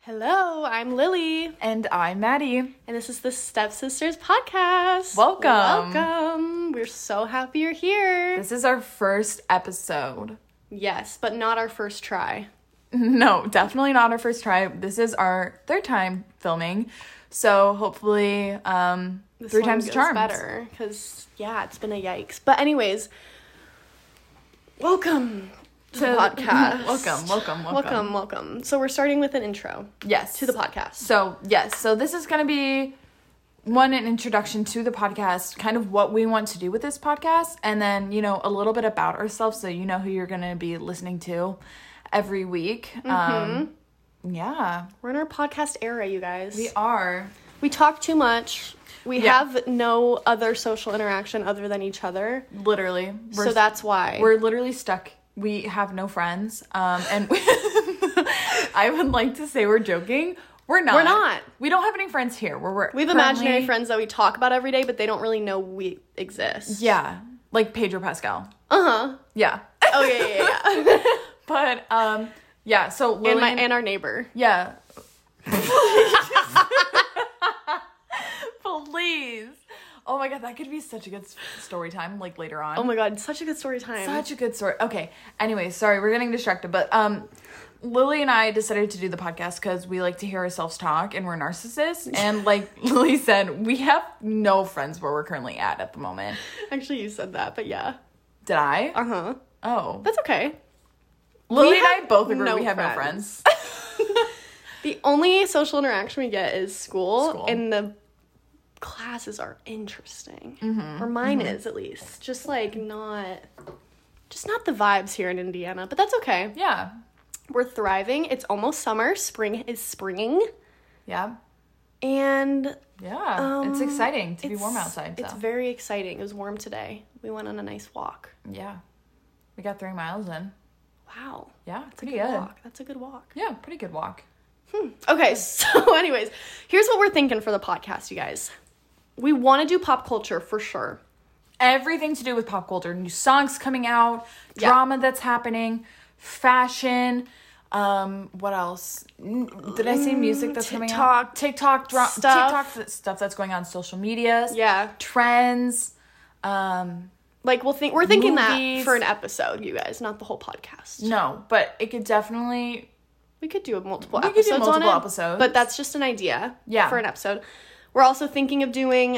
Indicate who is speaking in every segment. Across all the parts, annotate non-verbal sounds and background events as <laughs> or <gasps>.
Speaker 1: Hello, I'm Lily,
Speaker 2: And I'm Maddie.
Speaker 1: and this is the Stepsisters podcast.
Speaker 2: Welcome.
Speaker 1: Welcome. We're so happy you're here.
Speaker 2: This is our first episode. <laughs>
Speaker 1: Yes, but not our first try.
Speaker 2: No, definitely not our first try. This is our third time filming. So hopefully, um,
Speaker 1: This
Speaker 2: three
Speaker 1: one
Speaker 2: times the
Speaker 1: goes
Speaker 2: charm.
Speaker 1: better because yeah, it's been a yikes. But anyways, welcome to, the
Speaker 2: To-
Speaker 1: podcast.
Speaker 2: Welcome, welcome, welcome.
Speaker 1: welcome, welcome. So we're starting with an intro
Speaker 2: Yes.
Speaker 1: to the podcast.
Speaker 2: So, yes. So, this is going to be one, an introduction to the podcast, kind of what we want to do with this podcast, and then, you know, a little bit about ourselves so you know who you're going to be listening to every week.
Speaker 1: Mm-hmm.
Speaker 2: Um, yeah.
Speaker 1: We're in our podcast era, you guys.
Speaker 2: We are.
Speaker 1: We talk too much. We
Speaker 2: Yeah.
Speaker 1: have no other social interaction other than each other.
Speaker 2: Literally. We're
Speaker 1: so that's why.
Speaker 2: We're literally stuck. We have no friends. Um, and <laughs> I would like to say we're joking. We're not.
Speaker 1: We're not.
Speaker 2: We don't have any friends here. We're, we're
Speaker 1: we have imaginary friends that we talk about every day, but they don't really know we exist.
Speaker 2: Yeah, like Pedro Pascal.
Speaker 1: Uh huh.
Speaker 2: Yeah, <laughs>
Speaker 1: Oh yeah, yeah, yeah, <laughs> yeah.
Speaker 2: but um, yeah. So Lily
Speaker 1: and my and our neighbor. <laughs>
Speaker 2: yeah. <laughs> Please. Oh my god, that could be such a good s- story time. Like later on.
Speaker 1: Oh my god, such a good story time.
Speaker 2: Such a good story. Okay. Anyway, sorry, we're getting distracted, but um Lily and I decided to do the podcast because we like to hear ourselves talk and we're
Speaker 1: <laughs>
Speaker 2: narcissists. And like <laughs> Lily said, we have no friends where we're currently at at the moment.
Speaker 1: Actually, you said that, but yeah.
Speaker 2: Did I?
Speaker 1: Uh huh.
Speaker 2: Oh.
Speaker 1: That's okay.
Speaker 2: Lily
Speaker 1: we
Speaker 2: and I
Speaker 1: have
Speaker 2: both agree
Speaker 1: no
Speaker 2: we have no
Speaker 1: friends.
Speaker 2: friends.
Speaker 1: <laughs> The only social interaction we get is school,
Speaker 2: School.
Speaker 1: and the classes are interesting, or mine is at least. Just like not, just not the vibes here in Indiana, but that's okay.
Speaker 2: yeah.
Speaker 1: We're thriving. It's almost summer. Spring is springing,
Speaker 2: Yeah.
Speaker 1: and
Speaker 2: Yeah. it's
Speaker 1: Um,
Speaker 2: exciting to be
Speaker 1: it's-
Speaker 2: warm outside. So
Speaker 1: It's very exciting. It was warm today. We went on a nice walk.
Speaker 2: yeah. We got three miles in.
Speaker 1: Wow.
Speaker 2: Yeah. pretty
Speaker 1: Good
Speaker 2: good.
Speaker 1: walk. That's a good walk.
Speaker 2: Yeah, pretty good walk.
Speaker 1: Okay, <laughs> so anyways, here's what we're thinking for the podcast, you guys. We want to do pop culture for sure.
Speaker 2: everything to do with pop culture new songs coming out
Speaker 1: Yeah.
Speaker 2: drama that's happening fashion um what else N- did i say music that's coming out tiktok dra-
Speaker 1: Stuff.
Speaker 2: tiktok th- stuff that's going on social medias
Speaker 1: Yeah.
Speaker 2: trends um
Speaker 1: Like we'll think we're thinking that
Speaker 2: Movies. Mm-hmm.
Speaker 1: for an episode, you guys, not the whole podcast.
Speaker 2: no but it could definitely
Speaker 1: We could do a multiple
Speaker 2: We could do
Speaker 1: episodes on
Speaker 2: multiple
Speaker 1: it,
Speaker 2: episodes.
Speaker 1: but that's just an idea
Speaker 2: Yeah.
Speaker 1: for an episode. We're also thinking of doing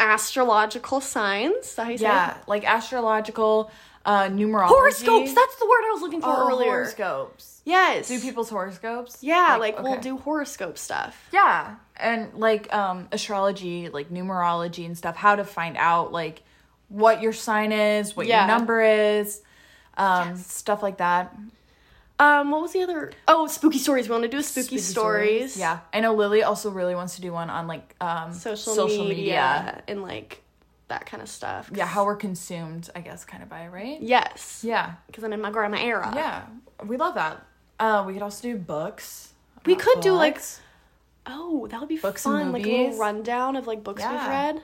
Speaker 1: astrological signs. Is that how you say it?
Speaker 2: yeah like astrological uh numerology
Speaker 1: Horoscopes. That's the word I was looking for
Speaker 2: or
Speaker 1: earlier.
Speaker 2: Oh, horoscopes
Speaker 1: Yes.
Speaker 2: do people's horoscopes
Speaker 1: Yeah, like, we'll
Speaker 2: okay.
Speaker 1: do horoscope stuff.
Speaker 2: Yeah, and like um astrology, like numerology and stuff, how to find out like what your sign is, what
Speaker 1: Yeah.
Speaker 2: your number is, um stuff like that.
Speaker 1: Um, what was the other? Oh, spooky stories. We want to do a spooky, stories.
Speaker 2: Yeah. I know Lily also really wants to do one on like um
Speaker 1: social, media, and like that kind of stuff.
Speaker 2: Yeah, how we're consumed, I guess kind of by, it, right?
Speaker 1: yes,
Speaker 2: Yeah.
Speaker 1: because I'm in my grandma era.
Speaker 2: Yeah. We love that. Uh we could also do books.
Speaker 1: We
Speaker 2: about
Speaker 1: could do, like,
Speaker 2: books.
Speaker 1: Oh, that would be
Speaker 2: Books and
Speaker 1: fun. like a little
Speaker 2: movies.
Speaker 1: rundown of like books we've
Speaker 2: Yeah.
Speaker 1: read.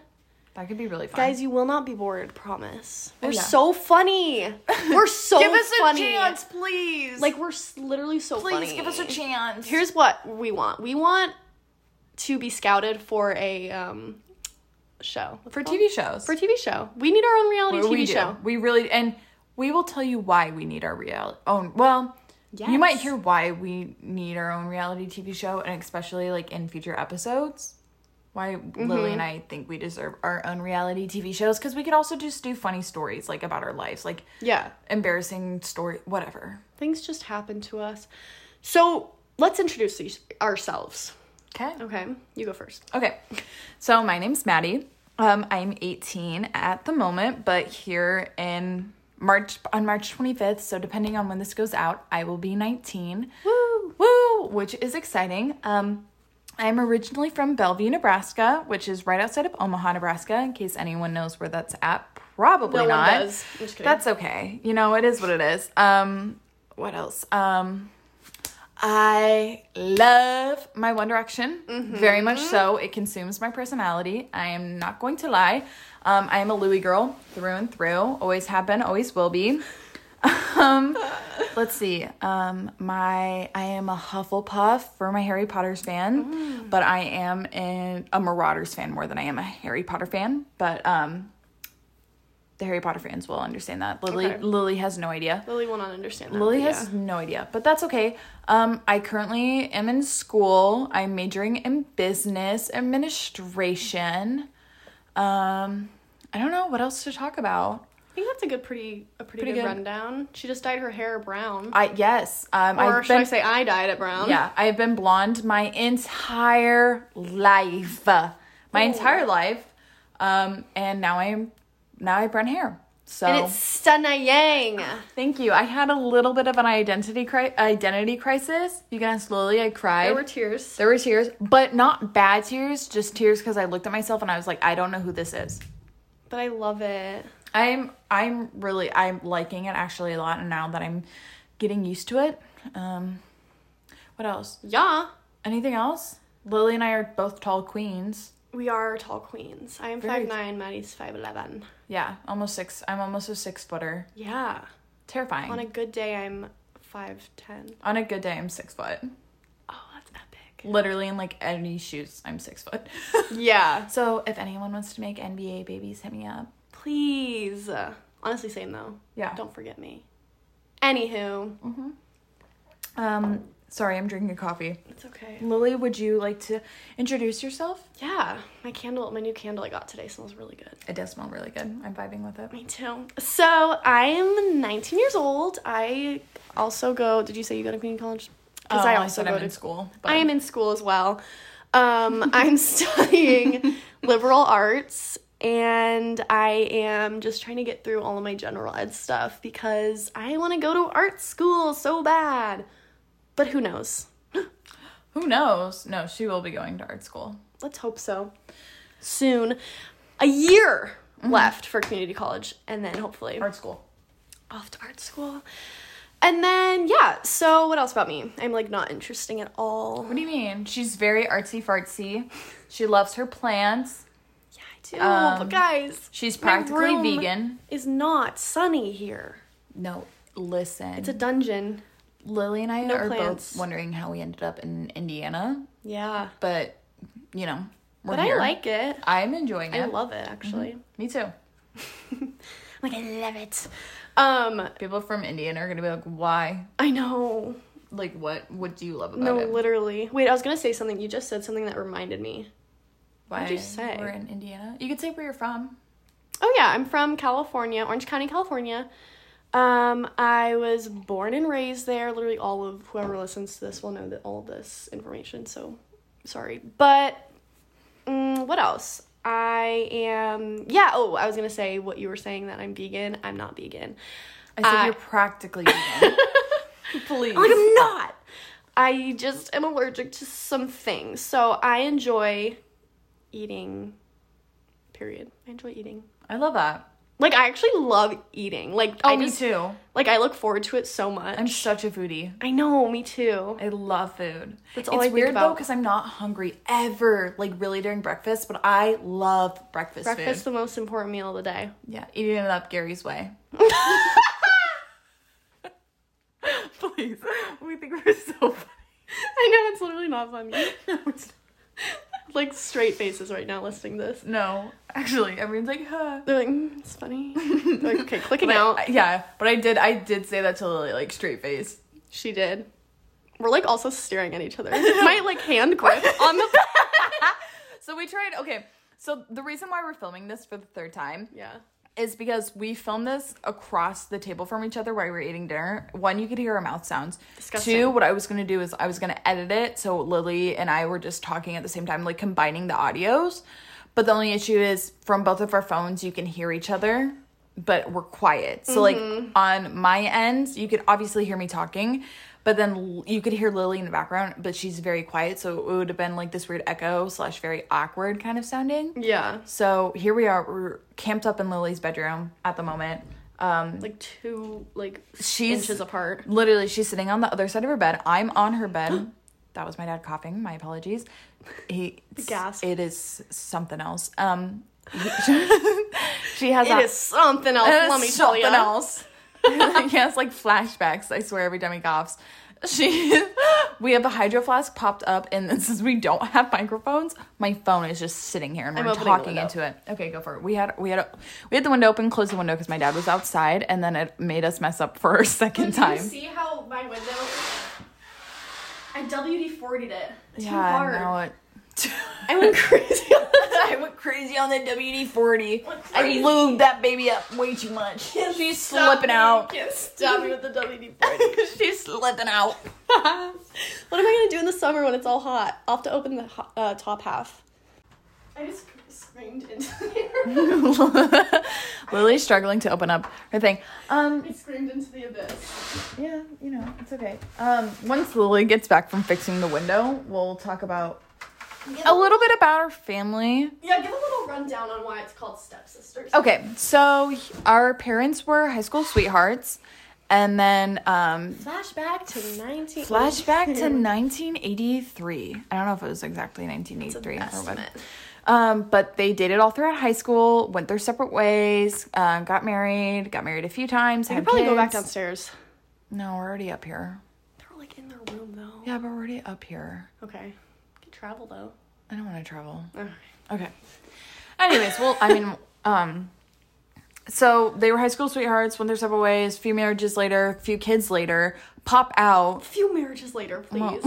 Speaker 2: that could be really fun.
Speaker 1: Guys, you will not be bored. Promise. We're
Speaker 2: Oh, yeah.
Speaker 1: so funny.
Speaker 2: <laughs>
Speaker 1: We're so
Speaker 2: give us
Speaker 1: funny.
Speaker 2: a chance, please.
Speaker 1: Like we're s- literally so
Speaker 2: please
Speaker 1: funny.
Speaker 2: give us a chance.
Speaker 1: Here's what we want. We want to be scouted for a um show What's
Speaker 2: for
Speaker 1: it called?
Speaker 2: TV shows.
Speaker 1: for a TV show. We need our own reality
Speaker 2: Or
Speaker 1: TV
Speaker 2: we do.
Speaker 1: show.
Speaker 2: We really and we will tell you why we need our real own. Well, you might
Speaker 1: Yes.
Speaker 2: hear why we need our own reality TV show, and especially like in future episodes, why Lily and I think we deserve our own reality TV shows because we could also just do funny stories like about our lives, like
Speaker 1: Yeah.
Speaker 2: embarrassing story, whatever.
Speaker 1: Things just happen to us. So let's introduce these- ourselves.
Speaker 2: Okay.
Speaker 1: Okay, you go first.
Speaker 2: Okay. So my name's Maddie. Um, I'm 18 at the moment, but here in March on March 25th, so depending on when this goes out, I will be 19.
Speaker 1: Woo!
Speaker 2: Woo! Which is exciting. Um, I'm originally from Bellevue, Nebraska, which is right outside of Omaha, Nebraska, in case anyone knows where that's at. Probably
Speaker 1: No one
Speaker 2: not.
Speaker 1: does. I'm just kidding.
Speaker 2: That's okay. You know, it is what it is. Um, what else? Um, I love my One Direction
Speaker 1: Mm-hmm.
Speaker 2: very much so. It consumes my personality. I am not going to lie. Um, I am a Louis girl through and through. Always have been, always will be. Um, let's see. Um, my I am a Hufflepuff for my Harry Potter's fan,
Speaker 1: Mm.
Speaker 2: but I am in, a Marauders fan more than I am a Harry Potter fan. But um, the Harry Potter fans will understand that. Lily
Speaker 1: Okay.
Speaker 2: Lily has no idea.
Speaker 1: Lily will not understand that.
Speaker 2: Lily
Speaker 1: but
Speaker 2: has no idea, but that's okay. Um, I currently am in school. I'm majoring in business administration. Um, I don't know what else to talk about.
Speaker 1: I think that's a good, pretty, a pretty,
Speaker 2: Pretty
Speaker 1: good,
Speaker 2: good.
Speaker 1: rundown. She just dyed her hair brown,
Speaker 2: I yes, um,
Speaker 1: or
Speaker 2: I've
Speaker 1: should I
Speaker 2: been
Speaker 1: say, I dyed it brown?
Speaker 2: yeah, I've been blonde my entire life, my entire life, um, and now I'm now I have brown hair. So
Speaker 1: and it's stunning.
Speaker 2: thank you. I had a little bit of an identity cri- identity crisis. You can ask Lily. I cried.
Speaker 1: There were tears.
Speaker 2: There were tears, but not bad tears, just tears because I looked at myself and I was like, I don't know who this is.
Speaker 1: But I love it.
Speaker 2: I'm I'm really I'm liking it actually a lot and now that I'm getting used to it. Um what else?
Speaker 1: Yeah,
Speaker 2: Anything else? Lily and I are both tall queens.
Speaker 1: we are tall queens. I am
Speaker 2: Very
Speaker 1: five nine. Maddie's five eleven.
Speaker 2: Yeah, almost six I'm almost a six footer.
Speaker 1: Yeah.
Speaker 2: Terrifying.
Speaker 1: On a good day, I'm five ten.
Speaker 2: good day I'm six foot.
Speaker 1: Oh, that's epic.
Speaker 2: Literally in like any shoes, I'm six foot. <laughs>
Speaker 1: Yeah.
Speaker 2: so if anyone wants to make NBA babies, hit me up.
Speaker 1: Please. Honestly, same though.
Speaker 2: Yeah.
Speaker 1: Don't forget me. Anywho,
Speaker 2: Um sorry, I'm drinking coffee.
Speaker 1: it's okay.
Speaker 2: Lily, would you like to introduce yourself?
Speaker 1: Yeah, my candle, my new candle I got today smells really good.
Speaker 2: It does smell really good. I'm vibing with it.
Speaker 1: Me too. So I am 19 years old. I also go. Did you say you go to community college? Because
Speaker 2: Oh,
Speaker 1: Oh, I also go
Speaker 2: am
Speaker 1: to.
Speaker 2: in school.
Speaker 1: I am in school as well. Um, <laughs> I'm studying liberal arts, and I am just trying to get through all of my general ed stuff because I want to go to art school so bad. But who knows?
Speaker 2: Who knows? No, she will be going to art school.
Speaker 1: let's hope so soon a year left for community college and then hopefully
Speaker 2: Art school.
Speaker 1: off to art school and then yeah so what else about me i'm like not interesting at all
Speaker 2: What do you mean? She's very artsy fartsy. She loves her plants.
Speaker 1: yeah i do but
Speaker 2: Um,
Speaker 1: guys
Speaker 2: She's
Speaker 1: my
Speaker 2: practically
Speaker 1: room
Speaker 2: vegan.
Speaker 1: is not sunny here
Speaker 2: No, listen.
Speaker 1: it's a dungeon
Speaker 2: Lily and I
Speaker 1: No
Speaker 2: are
Speaker 1: plants.
Speaker 2: both wondering how we ended up in Indiana,
Speaker 1: yeah
Speaker 2: but you know, we're
Speaker 1: but
Speaker 2: here.
Speaker 1: i like it
Speaker 2: I'm enjoying it.
Speaker 1: i love it actually
Speaker 2: Me too.
Speaker 1: Mm-hmm. like i love it um
Speaker 2: People from Indiana are gonna be like, "Why?
Speaker 1: i know
Speaker 2: Like, what? What do you love about
Speaker 1: no
Speaker 2: it?
Speaker 1: literally wait i was gonna say something you just said something that reminded me
Speaker 2: Why What'd you say?
Speaker 1: we're
Speaker 2: We're in Indiana. You could say where you're from.
Speaker 1: Oh yeah, I'm from California, Orange County, California. Um, I was born and raised there. Literally, all of whoever listens to this will know that all of this information. So, sorry, but mm, what else? I am yeah. Oh, I was gonna say what you were saying that I'm vegan. I'm not vegan.
Speaker 2: I
Speaker 1: said
Speaker 2: said
Speaker 1: you're
Speaker 2: you're <laughs> practically vegan. Uh, Please.
Speaker 1: Like I'm not. I just am allergic to some things. So I enjoy eating. Period. I enjoy eating.
Speaker 2: I love that.
Speaker 1: Like I actually love eating. Like
Speaker 2: Oh,
Speaker 1: I
Speaker 2: me
Speaker 1: just
Speaker 2: too.
Speaker 1: Like I look forward to it so much.
Speaker 2: I'm such a foodie.
Speaker 1: I know, me too.
Speaker 2: I love food.
Speaker 1: That's all I
Speaker 2: it's
Speaker 1: think
Speaker 2: weird though
Speaker 1: about.
Speaker 2: because I'm not hungry ever, like really during breakfast. But I love breakfast,
Speaker 1: Breakfast
Speaker 2: food.
Speaker 1: the most important meal of the
Speaker 2: <laughs>
Speaker 1: day.
Speaker 2: Yeah, eating it up
Speaker 1: <laughs>
Speaker 2: Gary's way. Please, we think we're so funny.
Speaker 1: I know it's literally not funny.
Speaker 2: No, it's
Speaker 1: like straight faces right now listening this.
Speaker 2: not. <laughs> no, actually, everyone's like, huh.
Speaker 1: They're like, mm, it's funny. They're like, okay, clicking
Speaker 2: But I-
Speaker 1: out.
Speaker 2: I- yeah, but I did. I did say that to Lily, like straight face.
Speaker 1: She did. We're like also staring at each other. <laughs> My like hand grip on
Speaker 2: <laughs>
Speaker 1: the
Speaker 2: So we tried. Okay, so the reason why we're filming this for the third time
Speaker 1: Yeah.
Speaker 2: is because we filmed this across the table from each other while we were eating dinner. One, you could hear our mouth sounds.
Speaker 1: Disgusting.
Speaker 2: Two, what I was gonna do is I was gonna edit it so Lily and I were just talking at the same time, like combining the audios. But the only issue is from both of our phones, you can hear each other, but we're quiet. So like on my end, you could obviously hear me talking. But then l- you could hear Lily in the background, but she's very quiet, so it would have been like this weird echo slash very awkward kind of sounding.
Speaker 1: Yeah.
Speaker 2: So here we are. We're camped up in Lily's bedroom at the moment. Um,
Speaker 1: Like two like
Speaker 2: She's-
Speaker 1: inches apart.
Speaker 2: literally, she's sitting on the other side of her bed. I'm on
Speaker 1: <gasps>
Speaker 2: her bed. that was my dad coughing. My apologies. He
Speaker 1: Gasp.
Speaker 2: It is something else. Um, <laughs> he- she has.
Speaker 1: It is something else,
Speaker 2: it is
Speaker 1: let me tell
Speaker 2: something <laughs>
Speaker 1: you.
Speaker 2: else. he has like flashbacks. I swear every time he coughs. <laughs> She, we have a hydro flask popped up, and <laughs> then since we don't have microphones, my phone is just sitting here, and
Speaker 1: I'm
Speaker 2: we're
Speaker 1: opening the
Speaker 2: talking
Speaker 1: window.
Speaker 2: into it. Okay, go for it. We had we had a, we had the window open, closed the window because my dad was outside, and then it made us mess up for a <laughs> second
Speaker 1: Did you
Speaker 2: time.
Speaker 1: see how my window? I WD 40'd it. Too
Speaker 2: Yeah,
Speaker 1: hard.
Speaker 2: I know it.
Speaker 1: I <laughs> went crazy.
Speaker 2: <laughs> I went crazy on the WD forty.
Speaker 1: Went
Speaker 2: I
Speaker 1: crazy.
Speaker 2: lubed that baby up way too much. She's slipping out. <laughs>
Speaker 1: Can't stop me with the WD 40.
Speaker 2: She's slipping out.
Speaker 1: <laughs> What am I gonna do in the summer when it's all hot? I'll have to open the ho- uh, top half. I just screamed into the air. <laughs>
Speaker 2: <laughs> Lily's struggling to open up her thing. Um,
Speaker 1: I screamed into the abyss.
Speaker 2: yeah, you know, it's okay. Um, once Lily gets back from fixing the window, we'll talk about a little bit about our family.
Speaker 1: Yeah, give a little rundown on why it's called stepsisters.
Speaker 2: Okay, so our parents were high school sweethearts, and then um,
Speaker 1: Flashback to 19.
Speaker 2: flashback
Speaker 1: <laughs>
Speaker 2: to 1983. I don't know if it was exactly 1983 or what.
Speaker 1: estimate.
Speaker 2: Um, but they dated all throughout high school, went their separate ways, um, got married, got married a few times.
Speaker 1: I
Speaker 2: had
Speaker 1: could probably go back
Speaker 2: kids.
Speaker 1: downstairs.
Speaker 2: No, we're already up here.
Speaker 1: They're like in their room though.
Speaker 2: Yeah, but we're already up here.
Speaker 1: Okay. Can travel though.
Speaker 2: I don't want to travel.
Speaker 1: Alright.
Speaker 2: Okay. Anyways, well, I mean, <laughs> um, so they were high school sweethearts, went their separate ways, few marriages later, few kids later, pop
Speaker 1: A
Speaker 2: out,
Speaker 1: few marriages later, please.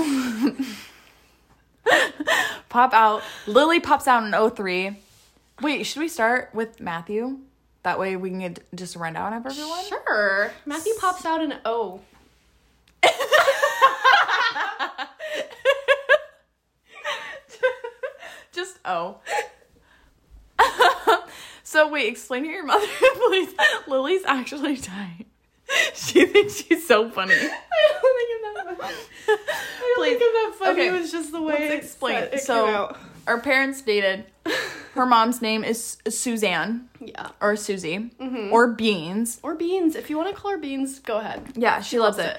Speaker 2: pop out. Lily pops out in 03. Wait, should we start with Matthew? That way we can get just a rundown of everyone.
Speaker 1: <laughs> Sure. Matthew pops out an O.
Speaker 2: <laughs> just oh. so wait, explain to your mother, <laughs> please. Lily's actually dying. <laughs> She thinks she's so funny.
Speaker 1: <laughs> I don't think it's that funny. I don't
Speaker 2: Please.
Speaker 1: think it's that funny.
Speaker 2: Okay.
Speaker 1: It was just the way
Speaker 2: Let's
Speaker 1: it
Speaker 2: explain.
Speaker 1: said- it
Speaker 2: So-
Speaker 1: came out.
Speaker 2: Our parents dated. Her mom's name is Suzanne
Speaker 1: <laughs> yeah.
Speaker 2: or Susie
Speaker 1: Mm-hmm.
Speaker 2: or Beans.
Speaker 1: Or beans. If you want to call her beans, go ahead.
Speaker 2: Yeah, she, loves, it.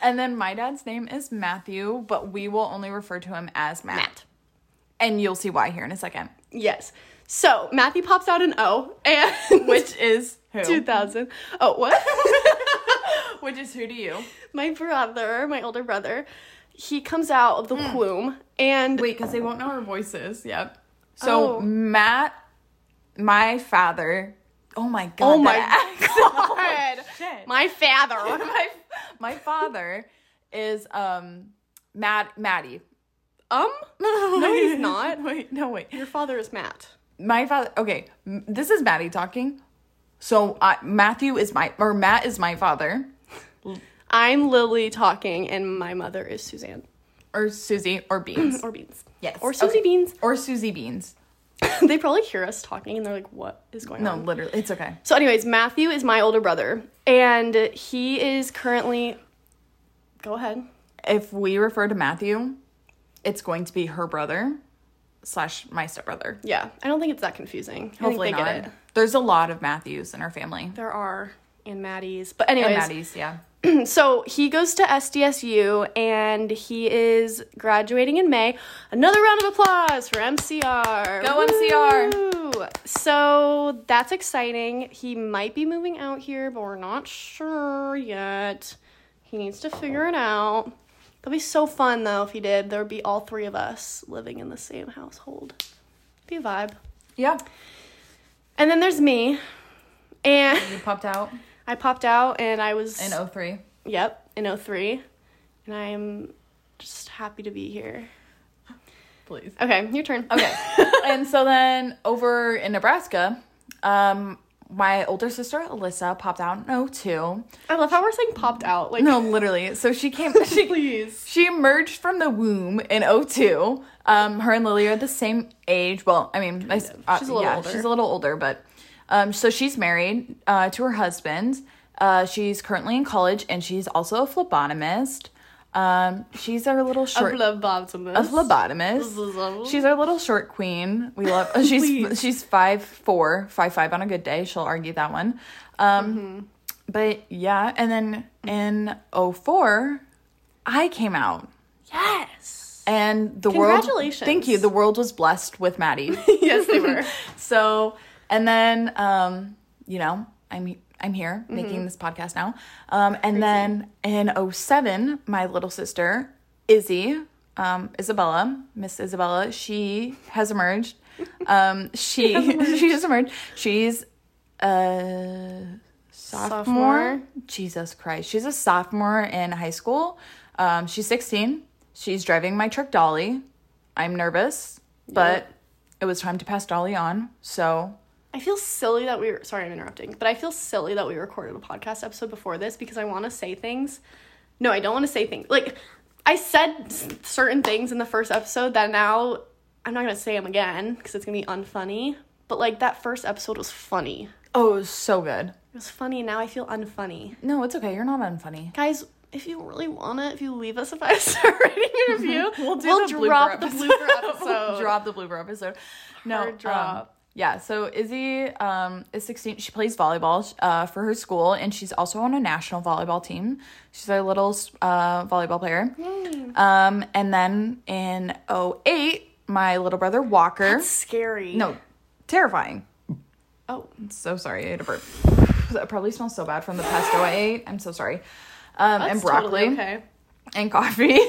Speaker 2: and then my dad's name is Matthew, but we will only refer to him as Matt. And you'll see why here in a second.
Speaker 1: Yes. So Matthew pops out an O <laughs> and
Speaker 2: Which is who?
Speaker 1: 2000. Oh, what? <laughs>
Speaker 2: Which is who to you?
Speaker 1: my brother, my older brother, he comes out of the womb and
Speaker 2: Wait, because they won't know our voices. Yep. So
Speaker 1: Oh.
Speaker 2: Matt, my father. Oh my god.
Speaker 1: Oh my
Speaker 2: that accent.
Speaker 1: <laughs> God.
Speaker 2: shit.
Speaker 1: my <laughs> father.
Speaker 2: <laughs> my my father is um Matt Maddie.
Speaker 1: Um,
Speaker 2: <laughs>
Speaker 1: <laughs>
Speaker 2: No, <laughs>
Speaker 1: he's not.
Speaker 2: Wait, no, wait.
Speaker 1: your father is Matt.
Speaker 2: My father. Okay, m- this is Maddie talking. So I, Matthew is my or Matt is my father
Speaker 1: I'm Lily talking, and my mother is Suzanne
Speaker 2: or Susie
Speaker 1: <clears throat>
Speaker 2: or Beans
Speaker 1: or Beans.
Speaker 2: Yes,
Speaker 1: Or Susie
Speaker 2: okay.
Speaker 1: Beans. <laughs>
Speaker 2: or Susie Beans.
Speaker 1: they probably hear us talking and they're like, what is going
Speaker 2: No,
Speaker 1: on?
Speaker 2: literally, it's okay.
Speaker 1: So, anyways, Matthew is my older brother, and he is currently. Go ahead.
Speaker 2: if we refer to Matthew, it's going to be her brother slash my stepbrother.
Speaker 1: Yeah, I don't think it's that confusing. I
Speaker 2: Hopefully
Speaker 1: think they
Speaker 2: not.
Speaker 1: Get it.
Speaker 2: There's a lot of Matthews in our family.
Speaker 1: There are and Maddie's, but
Speaker 2: And
Speaker 1: anyways,
Speaker 2: Maddie's, yeah.
Speaker 1: so he goes to SDSU and he is graduating in May. Another round of applause for MCR.
Speaker 2: Go MCR.
Speaker 1: Woo! So that's exciting. He might be moving out here, but we're not sure yet. He needs to figure it out. That'd be so fun though if he did. There would be all three of us living in the same household. Be a vibe.
Speaker 2: Yeah.
Speaker 1: And then there's me. And
Speaker 2: You popped out oh
Speaker 1: I popped out and I was
Speaker 2: in 03.
Speaker 1: Yep, in 03. And I'm just happy to be here.
Speaker 2: Please.
Speaker 1: Okay, your turn.
Speaker 2: Okay. <laughs> and so then over in Nebraska, um, my older sister Alyssa popped out in 02.
Speaker 1: <laughs> I love how we're saying popped out. Like,
Speaker 2: No, literally. So she <laughs> came
Speaker 1: <laughs>
Speaker 2: she
Speaker 1: please.
Speaker 2: She emerged from the womb in 02. Um, her and Lily are the same age. Well, I mean, my, uh,
Speaker 1: She's a little
Speaker 2: yeah,
Speaker 1: older.
Speaker 2: She's a little older, but um, so she's married uh, to her husband. Uh, she's currently in college, and she's also a phlebotomist. Um, she's our little short
Speaker 1: love bottomless.
Speaker 2: a phlebotomist. She's our little short queen. We love. uh, She's
Speaker 1: Please.
Speaker 2: <laughs> she's five four, five five on a good day. She'll argue that one. Um,
Speaker 1: Mm-hmm.
Speaker 2: But yeah, and then in 04, I came out,
Speaker 1: Yes.
Speaker 2: and the world.
Speaker 1: Congratulations.
Speaker 2: Thank you. The world was <laughs> blessed with Maddie.
Speaker 1: yes, they were.
Speaker 2: so, and then um, you know, I'm I'm here making this podcast now. Um, and then in 07, my little sister Izzy, um, Isabella, Miss Isabella, she has emerged. Um, she she <laughs> has emerged. She's a sophomore.
Speaker 1: Sophomore.
Speaker 2: Jesus Christ, she's a sophomore in high school. Um, she's 16. She's driving my truck dolly. I'm nervous, but it was time to pass dolly on. So
Speaker 1: <laughs> I feel silly that we were sorry I'm interrupting, but I feel silly that we recorded a podcast episode before this because I want to say things. No, I don't want to say things. Like I said s- certain things in the first episode that now I'm not going to say them again because it's going to be unfunny. But like that first episode was funny.
Speaker 2: oh, it was so good.
Speaker 1: It was funny, and now I feel unfunny.
Speaker 2: No, it's okay. You're not unfunny.
Speaker 1: Guys, if you really want it, if you leave us a five <laughs> star rating and
Speaker 2: <laughs>
Speaker 1: review, we'll,
Speaker 2: do the blooper
Speaker 1: drop the
Speaker 2: episode. <laughs>
Speaker 1: blooper episode.
Speaker 2: drop the blooper episode. No
Speaker 1: Hard
Speaker 2: um,
Speaker 1: drop.
Speaker 2: yeah, so Izzy um, is 16. She plays volleyball uh, for her school, and she's also on a national volleyball team. She's a little uh, volleyball player.
Speaker 1: Hmm.
Speaker 2: Um, and then in 08, my little brother Walker.
Speaker 1: That's scary.
Speaker 2: no, terrifying.
Speaker 1: Oh,
Speaker 2: So sorry, I ate a burp. That probably smells so bad from the pesto I ate. I'm so sorry. Um,
Speaker 1: that's
Speaker 2: and broccoli
Speaker 1: Totally okay.
Speaker 2: and coffee.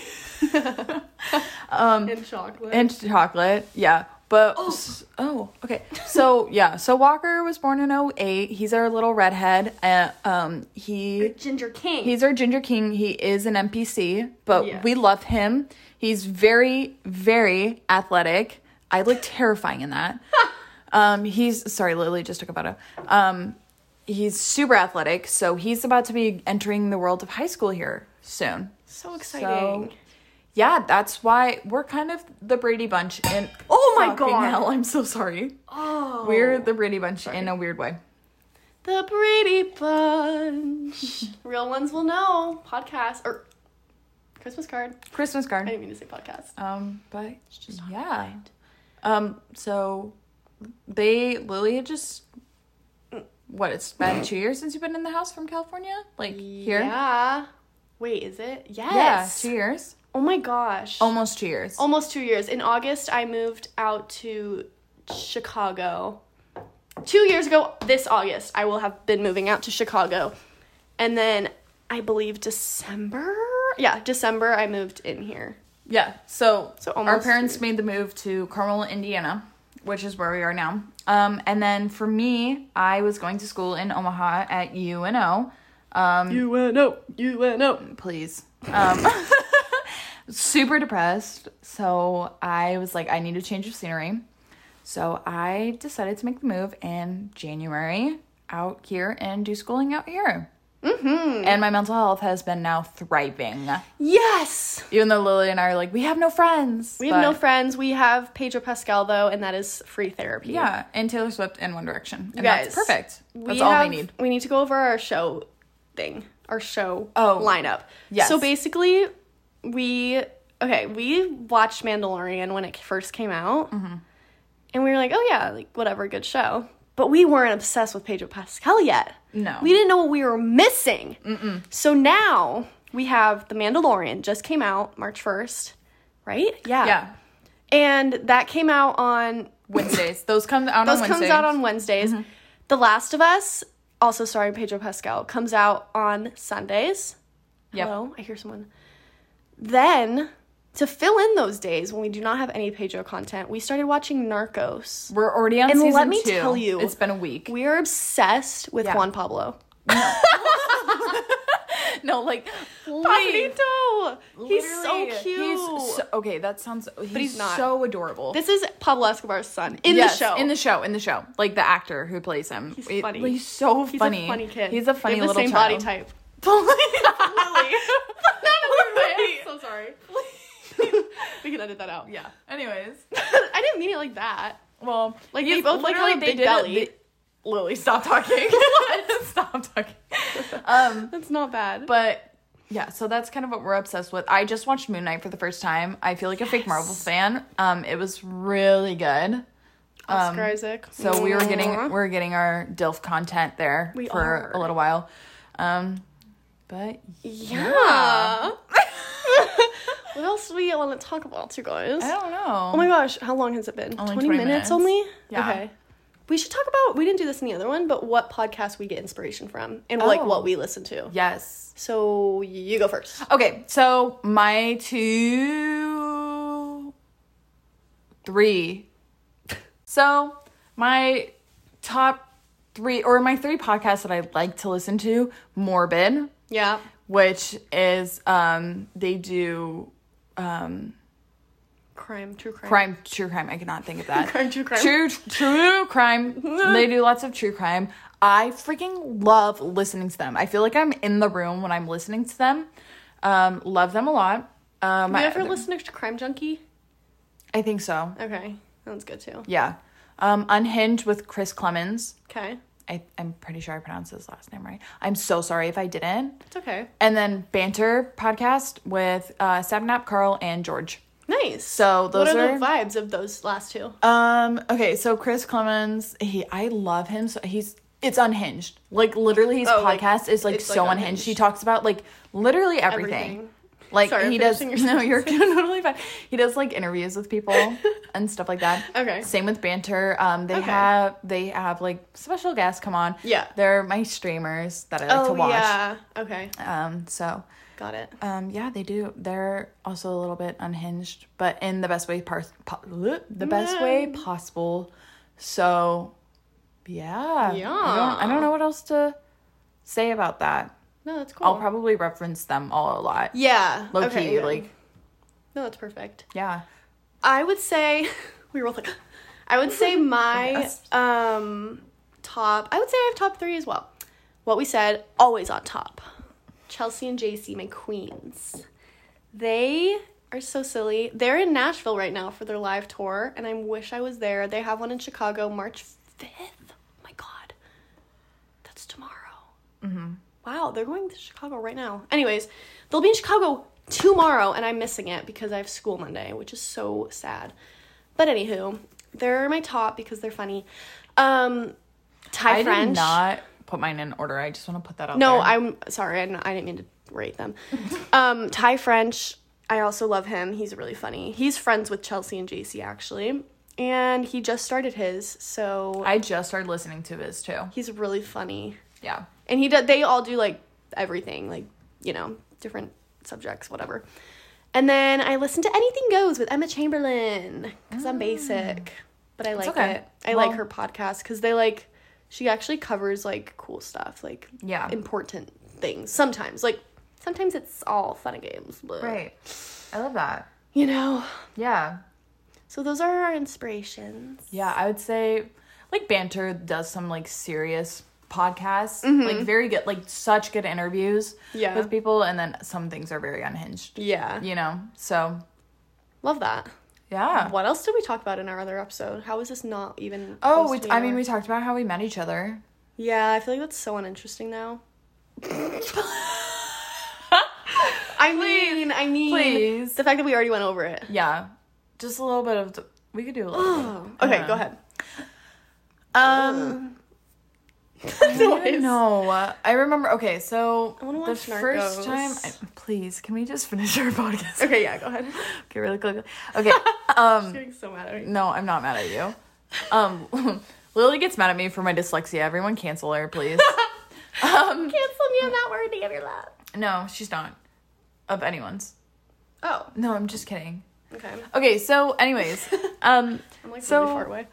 Speaker 2: <laughs>
Speaker 1: and chocolate.
Speaker 2: Um, and chocolate yeah but oh, okay
Speaker 1: <laughs>
Speaker 2: so yeah so walker was born in 08 he's our little redhead uh, um he
Speaker 1: Ginger King.
Speaker 2: he's our ginger king he is an npc but
Speaker 1: Yeah.
Speaker 2: we love him he's very very athletic
Speaker 1: <laughs>
Speaker 2: i look terrifying in that um he's sorry lily just took a photo um he's super athletic so he's about to be entering the world of high school here soon
Speaker 1: so
Speaker 2: so,
Speaker 1: exciting.
Speaker 2: yeah, that's why we're kind of the Brady Bunch in.
Speaker 1: Oh my
Speaker 2: Fucking
Speaker 1: God.
Speaker 2: Hell, I'm so sorry.
Speaker 1: oh.
Speaker 2: We're the Brady Bunch in a weird way.
Speaker 1: The Brady Bunch. Real ones will know. Podcast or Christmas card.
Speaker 2: Christmas
Speaker 1: I
Speaker 2: card.
Speaker 1: didn't mean to say podcast.
Speaker 2: Um, but yeah. Um, so they Lily had just what?
Speaker 1: <clears throat>
Speaker 2: It's been two years since you've been in the house from California, like here.
Speaker 1: Yeah. Wait, is it?
Speaker 2: Yeah,
Speaker 1: Yes.
Speaker 2: two years.
Speaker 1: Oh my gosh.
Speaker 2: Almost two years.
Speaker 1: Almost two years. In August, I moved out to Chicago. Two years ago, this August, I will have been moving out to Chicago. And then I believe December? Yeah, December, I moved in here.
Speaker 2: Yeah. So,
Speaker 1: So
Speaker 2: our
Speaker 1: almost
Speaker 2: parents
Speaker 1: here.
Speaker 2: made the move to Carmel, Indiana, which is where we are now. Um, and then for me, I was going to school in Omaha at UNO. Um,
Speaker 1: UNO, UNO.
Speaker 2: please. Um, <laughs> super depressed. So I was like, I need a change of scenery. So I decided to make the move in January out here and do schooling out here. Mm-hmm. And my mental health has been now thriving.
Speaker 1: Yes!
Speaker 2: Even though Lily and I are like, we have no friends.
Speaker 1: We have no
Speaker 2: but-
Speaker 1: friends. We have Pedro Pascal, though, and that is free therapy.
Speaker 2: Yeah, and Taylor Swift and One Direction. And
Speaker 1: guys,
Speaker 2: that's perfect. That's
Speaker 1: we
Speaker 2: all
Speaker 1: have,
Speaker 2: we need.
Speaker 1: We need to go over our show thing, our show
Speaker 2: Oh,
Speaker 1: lineup.
Speaker 2: yes.
Speaker 1: So basically, we okay, we watched Mandalorian when it first came out,
Speaker 2: Mm-hmm.
Speaker 1: and we were like, oh yeah, like whatever, good show. But we weren't obsessed with Pedro Pascal yet.
Speaker 2: No.
Speaker 1: we didn't know what we were missing. So now we have The Mandalorian just came out March first, right? Yeah.
Speaker 2: Yeah.
Speaker 1: And that came out on
Speaker 2: Wednesdays. Those come out
Speaker 1: those
Speaker 2: on Mm-hmm. Wednesdays.
Speaker 1: comes out on Wednesdays. The Last of Us, also starring Pedro Pascal, comes out on Sundays.
Speaker 2: Yep.
Speaker 1: Hello, I hear someone. Then to fill in those days when we do not have any Pedro content, we started watching Narcos.
Speaker 2: We're already on
Speaker 1: And
Speaker 2: season
Speaker 1: let me
Speaker 2: two.
Speaker 1: tell you-
Speaker 2: It's been a week.
Speaker 1: We are obsessed with
Speaker 2: Yeah.
Speaker 1: Juan Pablo.
Speaker 2: <laughs> no, like, please.
Speaker 1: Papito! He's so
Speaker 2: Literally.
Speaker 1: cute.
Speaker 2: He's so, okay, that sounds. He's but
Speaker 1: he's not.
Speaker 2: so adorable.
Speaker 1: this is Pablo Escobar's son in
Speaker 2: Yes,
Speaker 1: the show.
Speaker 2: In the show. In the show. Like the actor who plays him. He's
Speaker 1: funny.
Speaker 2: He's so
Speaker 1: He's
Speaker 2: funny.
Speaker 1: a funny kid.
Speaker 2: He's a
Speaker 1: They
Speaker 2: funny
Speaker 1: have the
Speaker 2: little
Speaker 1: same
Speaker 2: child.
Speaker 1: body
Speaker 2: <laughs>
Speaker 1: type. <laughs>
Speaker 2: Lily.
Speaker 1: I'm so sorry. we can edit that out.
Speaker 2: yeah. <laughs> Anyways.
Speaker 1: I didn't mean it like that.
Speaker 2: Well,
Speaker 1: Like,
Speaker 2: he's
Speaker 1: they both like how
Speaker 2: literally-
Speaker 1: he big
Speaker 2: they did it-
Speaker 1: belly.
Speaker 2: they- Lily, stop talking. <laughs> stop talking. <laughs> Um,
Speaker 1: That's not bad.
Speaker 2: but yeah, so that's kind of what we're obsessed with. I just watched Moon Knight for the first time. I feel like a fake Marvel fan. Um, it was really good.
Speaker 1: Oscar Isaac.
Speaker 2: Um, So we were getting
Speaker 1: Mwah.
Speaker 2: we were getting our DILF content there
Speaker 1: We
Speaker 2: for
Speaker 1: are.
Speaker 2: a little while. Um, but
Speaker 1: yeah. <laughs> what else do we want to talk about, you guys?
Speaker 2: I don't know.
Speaker 1: Oh my gosh, how long has it been?
Speaker 2: Only
Speaker 1: 20,
Speaker 2: 20
Speaker 1: minutes,
Speaker 2: minutes.
Speaker 1: only?
Speaker 2: Yeah.
Speaker 1: Okay. We should talk about we didn't do this in the other one, but what podcast we get inspiration from and like
Speaker 2: Oh.
Speaker 1: what we listen to.
Speaker 2: Yes.
Speaker 1: So you go first.
Speaker 2: Okay, so my two, three. So my top three, or my three podcasts that I like to listen to Morbid,
Speaker 1: Yeah.
Speaker 2: which is, um, they do
Speaker 1: Crime, true crime.
Speaker 2: crime, true crime. I cannot think of
Speaker 1: <laughs>
Speaker 2: that.
Speaker 1: Crime, true crime.
Speaker 2: True, true
Speaker 1: <laughs>
Speaker 2: crime. they do lots of true crime. I freaking love listening to them. I feel like I'm in the room when I'm listening to them. Um, love them a lot. Um,
Speaker 1: Have you
Speaker 2: I-
Speaker 1: ever listened to Crime Junkie?
Speaker 2: I think so.
Speaker 1: Okay. That one's good too.
Speaker 2: Yeah. Um, Unhinged with Chris Clemens.
Speaker 1: Okay.
Speaker 2: I, I'm pretty sure I pronounced his last name right. I'm so sorry if I didn't.
Speaker 1: It's okay.
Speaker 2: And then Banter podcast with uh, Sabnap, Carl, and George.
Speaker 1: Nice.
Speaker 2: So
Speaker 1: what
Speaker 2: those
Speaker 1: are,
Speaker 2: are-
Speaker 1: the vibes of those last two?
Speaker 2: Um, okay, so Chris Clemens, he I love him. So he's it's unhinged. Like literally his
Speaker 1: Oh, like,
Speaker 2: podcast is like
Speaker 1: it's,
Speaker 2: so
Speaker 1: like,
Speaker 2: unhinged.
Speaker 1: unhinged.
Speaker 2: He talks about like literally everything.
Speaker 1: Everything.
Speaker 2: Like
Speaker 1: Sorry,
Speaker 2: he does
Speaker 1: finishing your
Speaker 2: <laughs> No, you're totally fine. He does like interviews
Speaker 1: <laughs>
Speaker 2: with people and stuff like that.
Speaker 1: Okay.
Speaker 2: Same with banter. Um they
Speaker 1: Okay.
Speaker 2: have they have like special guests come on.
Speaker 1: Yeah.
Speaker 2: They're my streamers that I like to watch.
Speaker 1: Oh, yeah. Okay.
Speaker 2: Um so
Speaker 1: Got it.
Speaker 2: um, yeah, they do. They're also a little bit unhinged, but in the best way par- po- bleh, the best
Speaker 1: Mm.
Speaker 2: way possible. So, yeah,
Speaker 1: Yeah.
Speaker 2: I don't, I don't know what else to say about that.
Speaker 1: No, that's cool.
Speaker 2: I'll probably reference them all a lot.
Speaker 1: yeah.
Speaker 2: Low
Speaker 1: Oh. okay,
Speaker 2: key,
Speaker 1: good.
Speaker 2: like
Speaker 1: No, that's perfect.
Speaker 2: yeah,
Speaker 1: I would say <laughs> we were both like I would
Speaker 2: <laughs>
Speaker 1: say my
Speaker 2: Yes.
Speaker 1: um top I would say I have top three as well. What we said, always on top. Chelsea and JC, my queens. They are so silly. They're in Nashville right now for their live tour, and I wish I was there. They have one in Chicago March 5th. Oh my god. That's tomorrow.
Speaker 2: Mm-hmm.
Speaker 1: Wow, they're going to Chicago right now. Anyways, they'll be in Chicago tomorrow, and I'm missing it because I have school Monday, which is so sad. But anywho, they're my top because they're funny. Um, Thai
Speaker 2: I
Speaker 1: French.
Speaker 2: did not put mine in order. I just want to put that out.
Speaker 1: No,
Speaker 2: there.
Speaker 1: I'm sorry. I didn't, I didn't mean to rate them. um, Ty French, I also love him. He's really funny. He's friends with Chelsea and JC actually, and he just started his, so
Speaker 2: I just started listening to his too.
Speaker 1: he's really funny.
Speaker 2: Yeah,
Speaker 1: And he do, they all do like everything, like you know, different subjects, whatever. And then I listen to Anything Goes with Emma Chamberlain because I'm basic, but I like
Speaker 2: Mm. okay.
Speaker 1: it. I like
Speaker 2: Well-
Speaker 1: her podcast because they like she actually covers like cool stuff, like
Speaker 2: yeah,
Speaker 1: important things sometimes. Like sometimes it's all fun and games, but
Speaker 2: right. I love that.
Speaker 1: you know.
Speaker 2: Yeah,
Speaker 1: So those are our inspirations.
Speaker 2: Yeah, I would say like Banter does some like serious podcasts, like very good, like such good interviews
Speaker 1: Mm-hmm. Yeah.
Speaker 2: with people, and then some things are very unhinged,
Speaker 1: Yeah.
Speaker 2: you know? So,
Speaker 1: Love that.
Speaker 2: yeah.
Speaker 1: What else did we talk about in our other episode? How is this not even
Speaker 2: Oh,
Speaker 1: close
Speaker 2: we,
Speaker 1: to
Speaker 2: I
Speaker 1: an
Speaker 2: mean,
Speaker 1: hour?
Speaker 2: we talked about how we met each other.
Speaker 1: Yeah, I feel like that's so uninteresting <laughs> now. I mean, I mean
Speaker 2: please.
Speaker 1: the fact that we already went over it.
Speaker 2: Yeah. Just a little bit of, the, we could do a little bit.
Speaker 1: <gasps> Okay,
Speaker 2: Yeah.
Speaker 1: go ahead. <laughs>
Speaker 2: Um, I
Speaker 1: Anyways.
Speaker 2: know. I remember, okay, so
Speaker 1: I wanna
Speaker 2: the
Speaker 1: watch
Speaker 2: first
Speaker 1: Narcos.
Speaker 2: time, I, please, can we just finish our <laughs> podcast?
Speaker 1: Okay, yeah, go ahead.
Speaker 2: Okay, really quick. Okay. Um,
Speaker 1: <laughs> I'm getting so mad at me.
Speaker 2: No, I'm not mad at you. Um, <laughs> Lily gets mad at me for my dyslexia. Everyone cancel her, please.
Speaker 1: <laughs>
Speaker 2: Um,
Speaker 1: Cancel me on that wording of your love.
Speaker 2: no, she's not. Of anyone's.
Speaker 1: Oh,
Speaker 2: No, I'm just kidding.
Speaker 1: okay.
Speaker 2: Okay, so
Speaker 1: <laughs>
Speaker 2: anyways, um,
Speaker 1: I'm like
Speaker 2: So-
Speaker 1: really far away.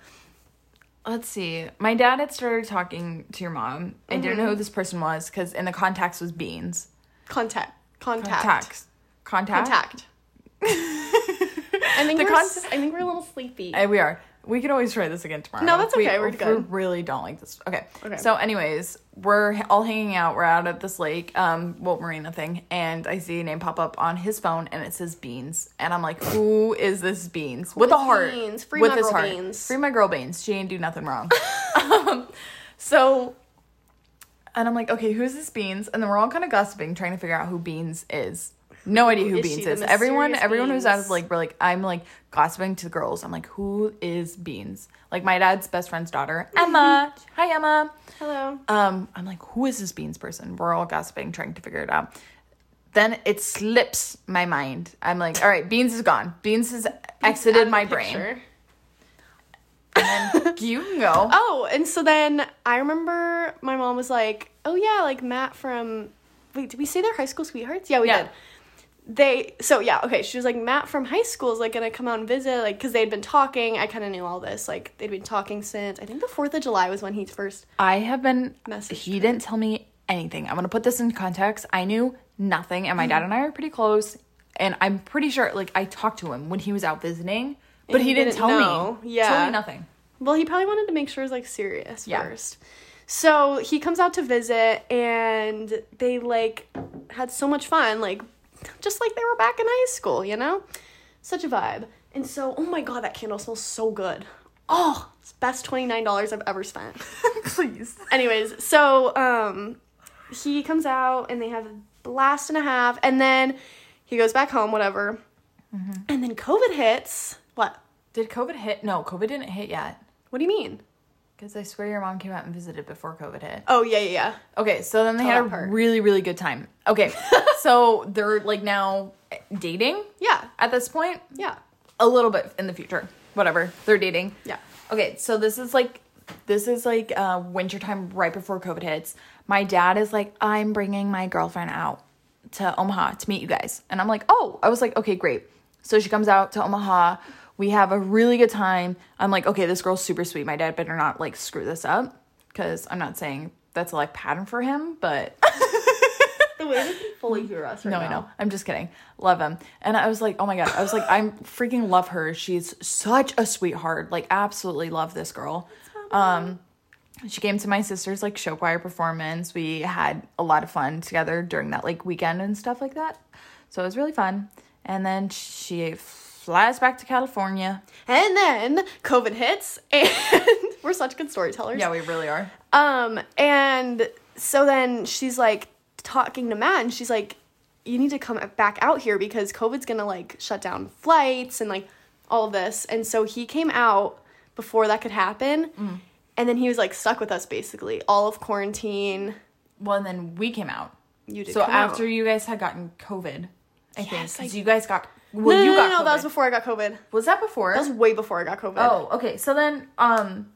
Speaker 2: let's see. My dad had started talking to your mom. I didn't
Speaker 1: Mm-hmm.
Speaker 2: know who this person was because in the contacts was beans.
Speaker 1: Contact. Contact.
Speaker 2: Contacts. Contact.
Speaker 1: Contact.
Speaker 2: <laughs>
Speaker 1: I think
Speaker 2: The
Speaker 1: we're.
Speaker 2: con-
Speaker 1: s- I think we're a little sleepy.
Speaker 2: Eh, we are. We can always try this again tomorrow.
Speaker 1: No, that's
Speaker 2: We-
Speaker 1: okay. We're
Speaker 2: we
Speaker 1: good.
Speaker 2: really don't like this. Okay.
Speaker 1: Okay.
Speaker 2: So, anyways, we're h- all hanging out. We're out at this lake, um, well, marina thing, and I see a name pop up on his phone, and it says Beans, and I'm like, who is this Beans with a
Speaker 1: is
Speaker 2: heart?
Speaker 1: Beans? Free
Speaker 2: with
Speaker 1: my
Speaker 2: his
Speaker 1: girl
Speaker 2: heart.
Speaker 1: Beans.
Speaker 2: Free my girl Beans. She ain't do
Speaker 1: <laughs>
Speaker 2: nothing wrong. <laughs> um, so. And I'm like, okay, who's this Beans? And then we're all kind of gossiping, trying to figure out who Beans is. No idea who
Speaker 1: is she,
Speaker 2: Beans
Speaker 1: the
Speaker 2: is. Everyone,
Speaker 1: mysterious
Speaker 2: everyone who's out of
Speaker 1: Beans?
Speaker 2: like like we're like I'm like gossiping to the girls. I'm like, who is Beans? Like my dad's best friend's daughter,
Speaker 1: <laughs>
Speaker 2: Emma. Hi Emma.
Speaker 1: Hello.
Speaker 2: Um, I'm like, who is this Beans person? We're all gossiping, trying to figure it out. Then it slips my mind. I'm like, all right, Beans is gone. Beans has exited my brain.
Speaker 1: Picture. <laughs>
Speaker 2: And then you can go.
Speaker 1: Oh, and so then I remember my mom was like, "Oh yeah, like Matt from wait, did we say they're high school sweethearts? Yeah, we
Speaker 2: Yeah.
Speaker 1: did. They so yeah okay. She was like Matt from high school is like gonna come out and visit like because they'd been talking. I kind of knew all this like they'd been talking since I think the Fourth of July was when he first.
Speaker 2: I have been.
Speaker 1: Message
Speaker 2: he didn't tell me anything. I'm gonna put this in context. I knew nothing, and my dad and I are pretty close. And I'm pretty sure, like, I talked to him when he was out visiting, but
Speaker 1: And
Speaker 2: he,
Speaker 1: he
Speaker 2: didn't,
Speaker 1: didn't
Speaker 2: tell
Speaker 1: know.
Speaker 2: me.
Speaker 1: Yeah.
Speaker 2: told
Speaker 1: <laughs>
Speaker 2: me nothing.
Speaker 1: Well, he probably wanted to make sure it was like serious
Speaker 2: Yeah.
Speaker 1: first. So he comes out to visit, and they like had so much fun, like just like they were back in high school, you know? Such a vibe. And so, oh my god, that candle smells so good. Oh, it's best twenty nine dollars I've ever spent. <laughs>
Speaker 2: Please.
Speaker 1: Anyways, so um, he comes out and they have a blast and a half, and then he goes back home, whatever. And then COVID hits. What?
Speaker 2: Did COVID hit? No, COVID didn't hit yet.
Speaker 1: What do you mean?
Speaker 2: Because I swear your mom came out and visited before COVID hit.
Speaker 1: Oh yeah, yeah, yeah.
Speaker 2: Okay, so then they
Speaker 1: Tell
Speaker 2: had
Speaker 1: that
Speaker 2: a
Speaker 1: part.
Speaker 2: really, really good time.
Speaker 1: <laughs>
Speaker 2: Okay, so they're like now dating
Speaker 1: Yeah,
Speaker 2: at this point,
Speaker 1: yeah.
Speaker 2: a little bit in the future, whatever. They're dating.
Speaker 1: Yeah.
Speaker 2: Okay, so this is like this is like uh wintertime right before COVID hits. My dad is like, I'm bringing my girlfriend out to Omaha to meet you guys. And I'm like, oh, I was like, okay, great. So she comes out to Omaha. We have a really good time. I'm like, okay, this girl's super sweet. My dad better not like screw this up because I'm not saying that's a like pattern for him, but
Speaker 1: The way they can fully hear us right
Speaker 2: no, I know. I'm just kidding. Love him. And I was like, oh my God. I was like, I'm freaking love her. She's such a sweetheart. Like, absolutely love this girl. Um, she came to my sister's like show choir performance. We had a lot of fun together during that like weekend and stuff like that. So it was really fun. And then she flies back to California.
Speaker 1: And then COVID hits, <laughs> and we're such good storytellers.
Speaker 2: we really are.
Speaker 1: Um, and so then she's like talking to Matt, and she's like, "You need to come back out here because COVID's gonna like shut down flights and like all of this." And so he came out before that could happen,
Speaker 2: Mm.
Speaker 1: and then he was like stuck with us basically all of quarantine.
Speaker 2: Well, and then we came out.
Speaker 1: You did
Speaker 2: So
Speaker 1: come
Speaker 2: after
Speaker 1: out.
Speaker 2: you guys had gotten COVID, I think.
Speaker 1: Yes, I-
Speaker 2: 'cause you guys got.
Speaker 1: No,
Speaker 2: Well,
Speaker 1: no,
Speaker 2: you
Speaker 1: no,
Speaker 2: got
Speaker 1: no,
Speaker 2: COVID.
Speaker 1: that was before I got COVID.
Speaker 2: was that before?
Speaker 1: That was way before I got COVID.
Speaker 2: Oh, okay. So then, um,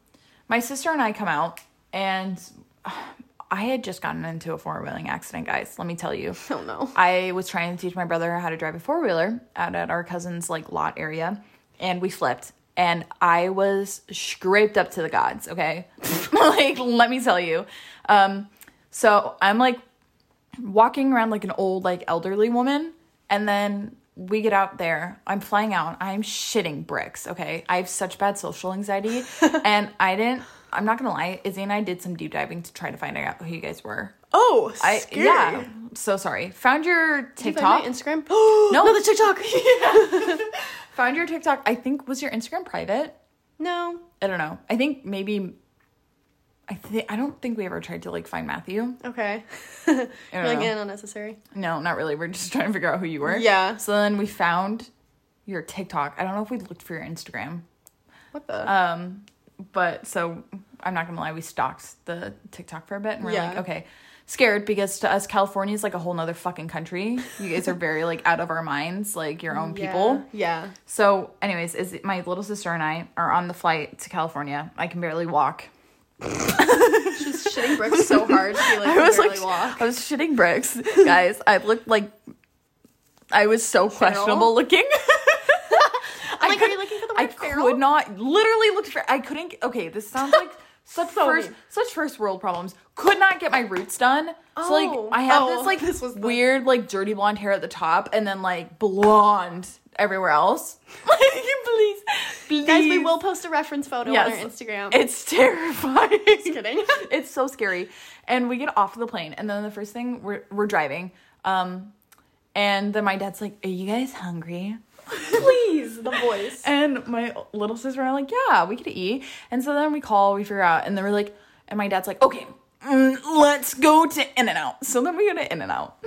Speaker 2: my sister and I come out, and <sighs> I had just gotten into a four wheeling accident, guys. Let me tell you.
Speaker 1: I don't know.
Speaker 2: I was trying to teach my brother how to drive a four wheeler out at our cousin's like lot area, and we flipped, and I was scraped up to the gods. Okay, <laughs> like let me tell you. Um, so I'm like walking around like an old like elderly woman, and then we get out there. I'm flying out. I'm shitting bricks. Okay, I have such bad social anxiety, and I didn't. I'm not gonna lie. Izzy and I did some deep diving to try to find out who you guys were.
Speaker 1: Oh,
Speaker 2: I
Speaker 1: scary.
Speaker 2: yeah. So sorry. Found your
Speaker 1: Did you find
Speaker 2: TikTok.
Speaker 1: my Instagram? <gasps> no, no, the
Speaker 2: <laughs>
Speaker 1: TikTok.
Speaker 2: found your TikTok. I think was your Instagram private.
Speaker 1: no,
Speaker 2: I don't know. I think maybe. I think I don't think we ever tried to like find Matthew.
Speaker 1: Okay.
Speaker 2: I
Speaker 1: You're
Speaker 2: don't
Speaker 1: like,
Speaker 2: know.
Speaker 1: eh, unnecessary.
Speaker 2: No, not really. We're just trying to figure out who you were.
Speaker 1: Yeah.
Speaker 2: So then we found your TikTok. I don't know if we looked for your Instagram,
Speaker 1: What the?
Speaker 2: um, but so I'm not gonna lie. We stalked the TikTok for a bit, and we're
Speaker 1: Yeah.
Speaker 2: like, okay, scared because to us California is like a whole nother fucking country. You guys are very like out of our minds, like your own people.
Speaker 1: Yeah.
Speaker 2: So, anyways, is my little sister and I are on the flight to California. I can barely walk.
Speaker 1: She's shitting bricks so hard. She <laughs> like,
Speaker 2: I was
Speaker 1: barely
Speaker 2: like,
Speaker 1: walk.
Speaker 2: I was shitting bricks, guys. I looked like I was so questionable looking.
Speaker 1: <laughs>
Speaker 2: I
Speaker 1: like, are you looking for the
Speaker 2: I
Speaker 1: word feral?
Speaker 2: could not literally looked for. I couldn't. Okay, this sounds
Speaker 1: <laughs>
Speaker 2: like such
Speaker 1: So
Speaker 2: first
Speaker 1: mean.
Speaker 2: such first world problems. Could not get my roots done. So
Speaker 1: Oh.
Speaker 2: like I have
Speaker 1: Oh,
Speaker 2: this
Speaker 1: <laughs>
Speaker 2: like
Speaker 1: this was the-
Speaker 2: weird like dirty blonde hair at the top and then like blonde everywhere else. <laughs>
Speaker 1: <laughs>
Speaker 2: Like please, please,
Speaker 1: Guys, we will post a reference photo on
Speaker 2: Yes.
Speaker 1: our Instagram.
Speaker 2: It's <laughs> terrifying.
Speaker 1: Just kidding.
Speaker 2: <laughs> it's so scary. And we get off the plane, and then the first thing we're we're driving, um, and then my dad's like, "Are you guys hungry?"
Speaker 1: <laughs> Please, the voice.
Speaker 2: And my little sister and I are like, "Yeah, we could eat." And so then we call, we figure out, and then we're like, and my dad's like, "Okay." mm, let's go to In and Out. So then we go to In and Out.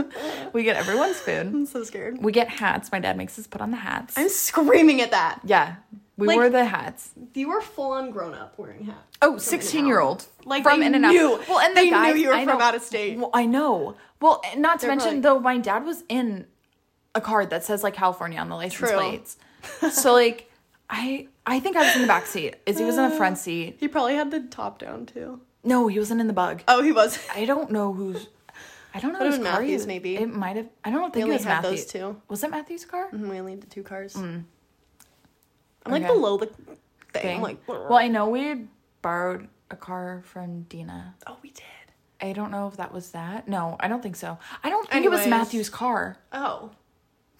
Speaker 2: <laughs> we get everyone's
Speaker 1: <laughs>
Speaker 2: food.
Speaker 1: I'm <laughs> so scared.
Speaker 2: We get hats. My dad makes us put on the hats.
Speaker 1: I'm screaming at that.
Speaker 2: yeah, we
Speaker 1: Like-
Speaker 2: wore the hats.
Speaker 1: You were full on grown up wearing hat.
Speaker 2: Oh, 16 year old.
Speaker 1: Like,
Speaker 2: from
Speaker 1: they
Speaker 2: in and out.
Speaker 1: knew-
Speaker 2: Well, and the
Speaker 1: they
Speaker 2: guy,
Speaker 1: knew you were
Speaker 2: I
Speaker 1: from
Speaker 2: know-
Speaker 1: out of state.
Speaker 2: Well, I know. Well, and not to
Speaker 1: They're probably-
Speaker 2: mention though, my dad was in a card that says like California on the license
Speaker 1: True.
Speaker 2: plates. so like I I think I was in the back seat. Izzy was in
Speaker 1: <sighs>
Speaker 2: the front seat.
Speaker 1: He probably had the top down too.
Speaker 2: No, he wasn't in the bug.
Speaker 1: Oh, he <laughs> was.
Speaker 2: I don't know who's. I don't know
Speaker 1: Could've
Speaker 2: whose
Speaker 1: been
Speaker 2: car he
Speaker 1: Matthew's,
Speaker 2: was.
Speaker 1: maybe.
Speaker 2: It might have. I don't
Speaker 1: They
Speaker 2: think it
Speaker 1: only
Speaker 2: was
Speaker 1: had
Speaker 2: Matthew.
Speaker 1: those two.
Speaker 2: Was it Matthew's car?
Speaker 1: Mhm, We only had the two cars. I'm like
Speaker 2: Okay.
Speaker 1: below the Mm. thing.
Speaker 2: Thing.
Speaker 1: I'm like,
Speaker 2: well, I know we had borrowed a car from Dina.
Speaker 1: oh, we did.
Speaker 2: I don't know if that was that. No, I don't think so. I don't think it was
Speaker 1: Anyways.
Speaker 2: Matthew's car.
Speaker 1: Oh,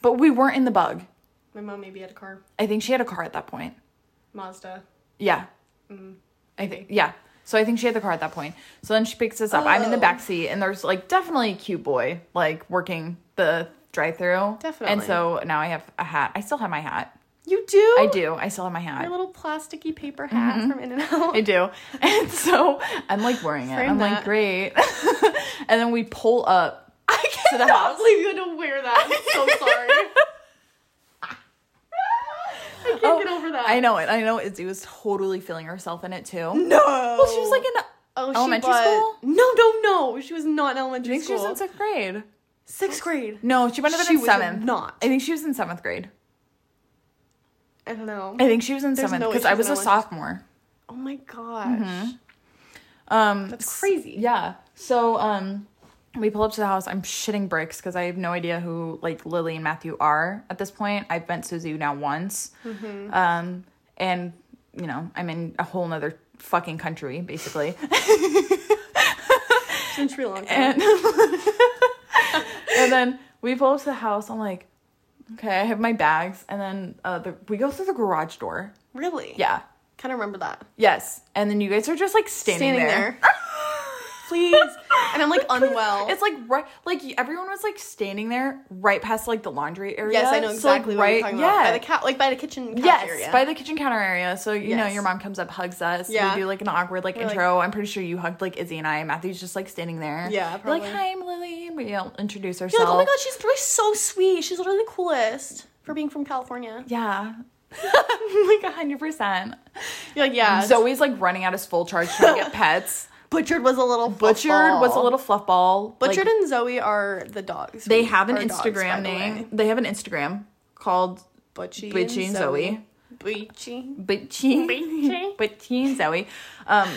Speaker 2: But we weren't in the bug.
Speaker 1: my mom maybe had a car,
Speaker 2: I think she had a car at that point.
Speaker 1: Mazda.
Speaker 2: Yeah.
Speaker 1: Mm-hmm.
Speaker 2: I think yeah. So I think she had the car at that point. So then she picks us up. I'm in the
Speaker 1: Oh.
Speaker 2: back seat, and there's like definitely a cute boy like working the drive-through. And
Speaker 1: Definitely.
Speaker 2: so now I have a hat. I still have my hat.
Speaker 1: You do?
Speaker 2: I do. Mm-hmm. I still have my
Speaker 1: My
Speaker 2: hat.
Speaker 1: little plasticky paper hat from In and Out.
Speaker 2: I do. <laughs> And so I'm like wearing it.
Speaker 1: Frame
Speaker 2: I'm like
Speaker 1: that.
Speaker 2: great. <laughs> and then we pull up.
Speaker 1: I
Speaker 2: to the
Speaker 1: cannot
Speaker 2: house.
Speaker 1: believe you had to wear that.
Speaker 2: <laughs>
Speaker 1: I'm so sorry. I <laughs> can't get over that.
Speaker 2: Oh, I know it. I know Izzy was totally feeling herself in it too.
Speaker 1: No.
Speaker 2: Well, she was like in
Speaker 1: oh,
Speaker 2: elementary
Speaker 1: was-
Speaker 2: school?
Speaker 1: No, no, no. She was not in
Speaker 2: I
Speaker 1: elementary
Speaker 2: think she was
Speaker 1: school.
Speaker 2: in sixth grade.
Speaker 1: sixth grade.
Speaker 2: No, she might have been
Speaker 1: She
Speaker 2: in
Speaker 1: was
Speaker 2: seventh.
Speaker 1: not.
Speaker 2: I think she was in seventh grade.
Speaker 1: I don't know.
Speaker 2: I think she was in
Speaker 1: There's
Speaker 2: seventh
Speaker 1: no way
Speaker 2: because
Speaker 1: she
Speaker 2: I
Speaker 1: was
Speaker 2: was
Speaker 1: in
Speaker 2: a
Speaker 1: elementary-
Speaker 2: sophomore.
Speaker 1: Oh my gosh.
Speaker 2: Mm-hmm. Um,
Speaker 1: That's crazy.
Speaker 2: Yeah. So um, we pull up to the house. I'm shitting bricks because I have no idea who like Lily and Matthew are at this point. I've met Susie now once,
Speaker 1: Mm-hmm.
Speaker 2: um, and you know I'm in a whole nother fucking country basically. <laughs>
Speaker 1: Since Sri Lanka.
Speaker 2: and and then we pull up to the house. I'm like, okay, I have my bags, and then uh, the, we go through the garage door.
Speaker 1: really?
Speaker 2: Yeah.
Speaker 1: Kind of remember that.
Speaker 2: Yes. And then you guys are just like standing,
Speaker 1: Standing
Speaker 2: there.
Speaker 1: there.
Speaker 2: <laughs>
Speaker 1: Please. And I'm like unwell.
Speaker 2: It's like right, like everyone was like standing there, right past like the laundry area.
Speaker 1: yes, I know
Speaker 2: So, like,
Speaker 1: exactly what you're talking about. By the cat, like by the kitchen couch
Speaker 2: yes,
Speaker 1: area.
Speaker 2: by the kitchen counter area. So you know,
Speaker 1: Yes.
Speaker 2: your mom comes up, hugs us.
Speaker 1: Yeah.
Speaker 2: we do like an awkward like
Speaker 1: We're like-
Speaker 2: intro. I'm pretty sure you hugged like Izzy and I. Matthew's just like standing there.
Speaker 1: Yeah,
Speaker 2: You're like
Speaker 1: probably.
Speaker 2: hi, I'm Lily. We you know, introduce ourselves.
Speaker 1: You're like, oh my god, she's really so sweet. She's literally the coolest for being from California. <laughs>
Speaker 2: Yeah. <laughs> like hundred percent.
Speaker 1: You're like, yeah.
Speaker 2: Zoe's like running out his full charge trying
Speaker 1: <laughs>
Speaker 2: to get pets.
Speaker 1: Butchered was a little
Speaker 2: Butchered was a
Speaker 1: fluffball.
Speaker 2: little fluff ball. like-
Speaker 1: Butchered and Zoe are the dogs.
Speaker 2: They have an
Speaker 1: Are dogs, by
Speaker 2: Instagram
Speaker 1: the
Speaker 2: name.
Speaker 1: way.
Speaker 2: they have an Instagram called
Speaker 1: Butchie,
Speaker 2: Butchie and Zoe.
Speaker 1: Butchie.
Speaker 2: Bitchy. <laughs>
Speaker 1: Bitchy.
Speaker 2: Bitchy and Zoe. Um,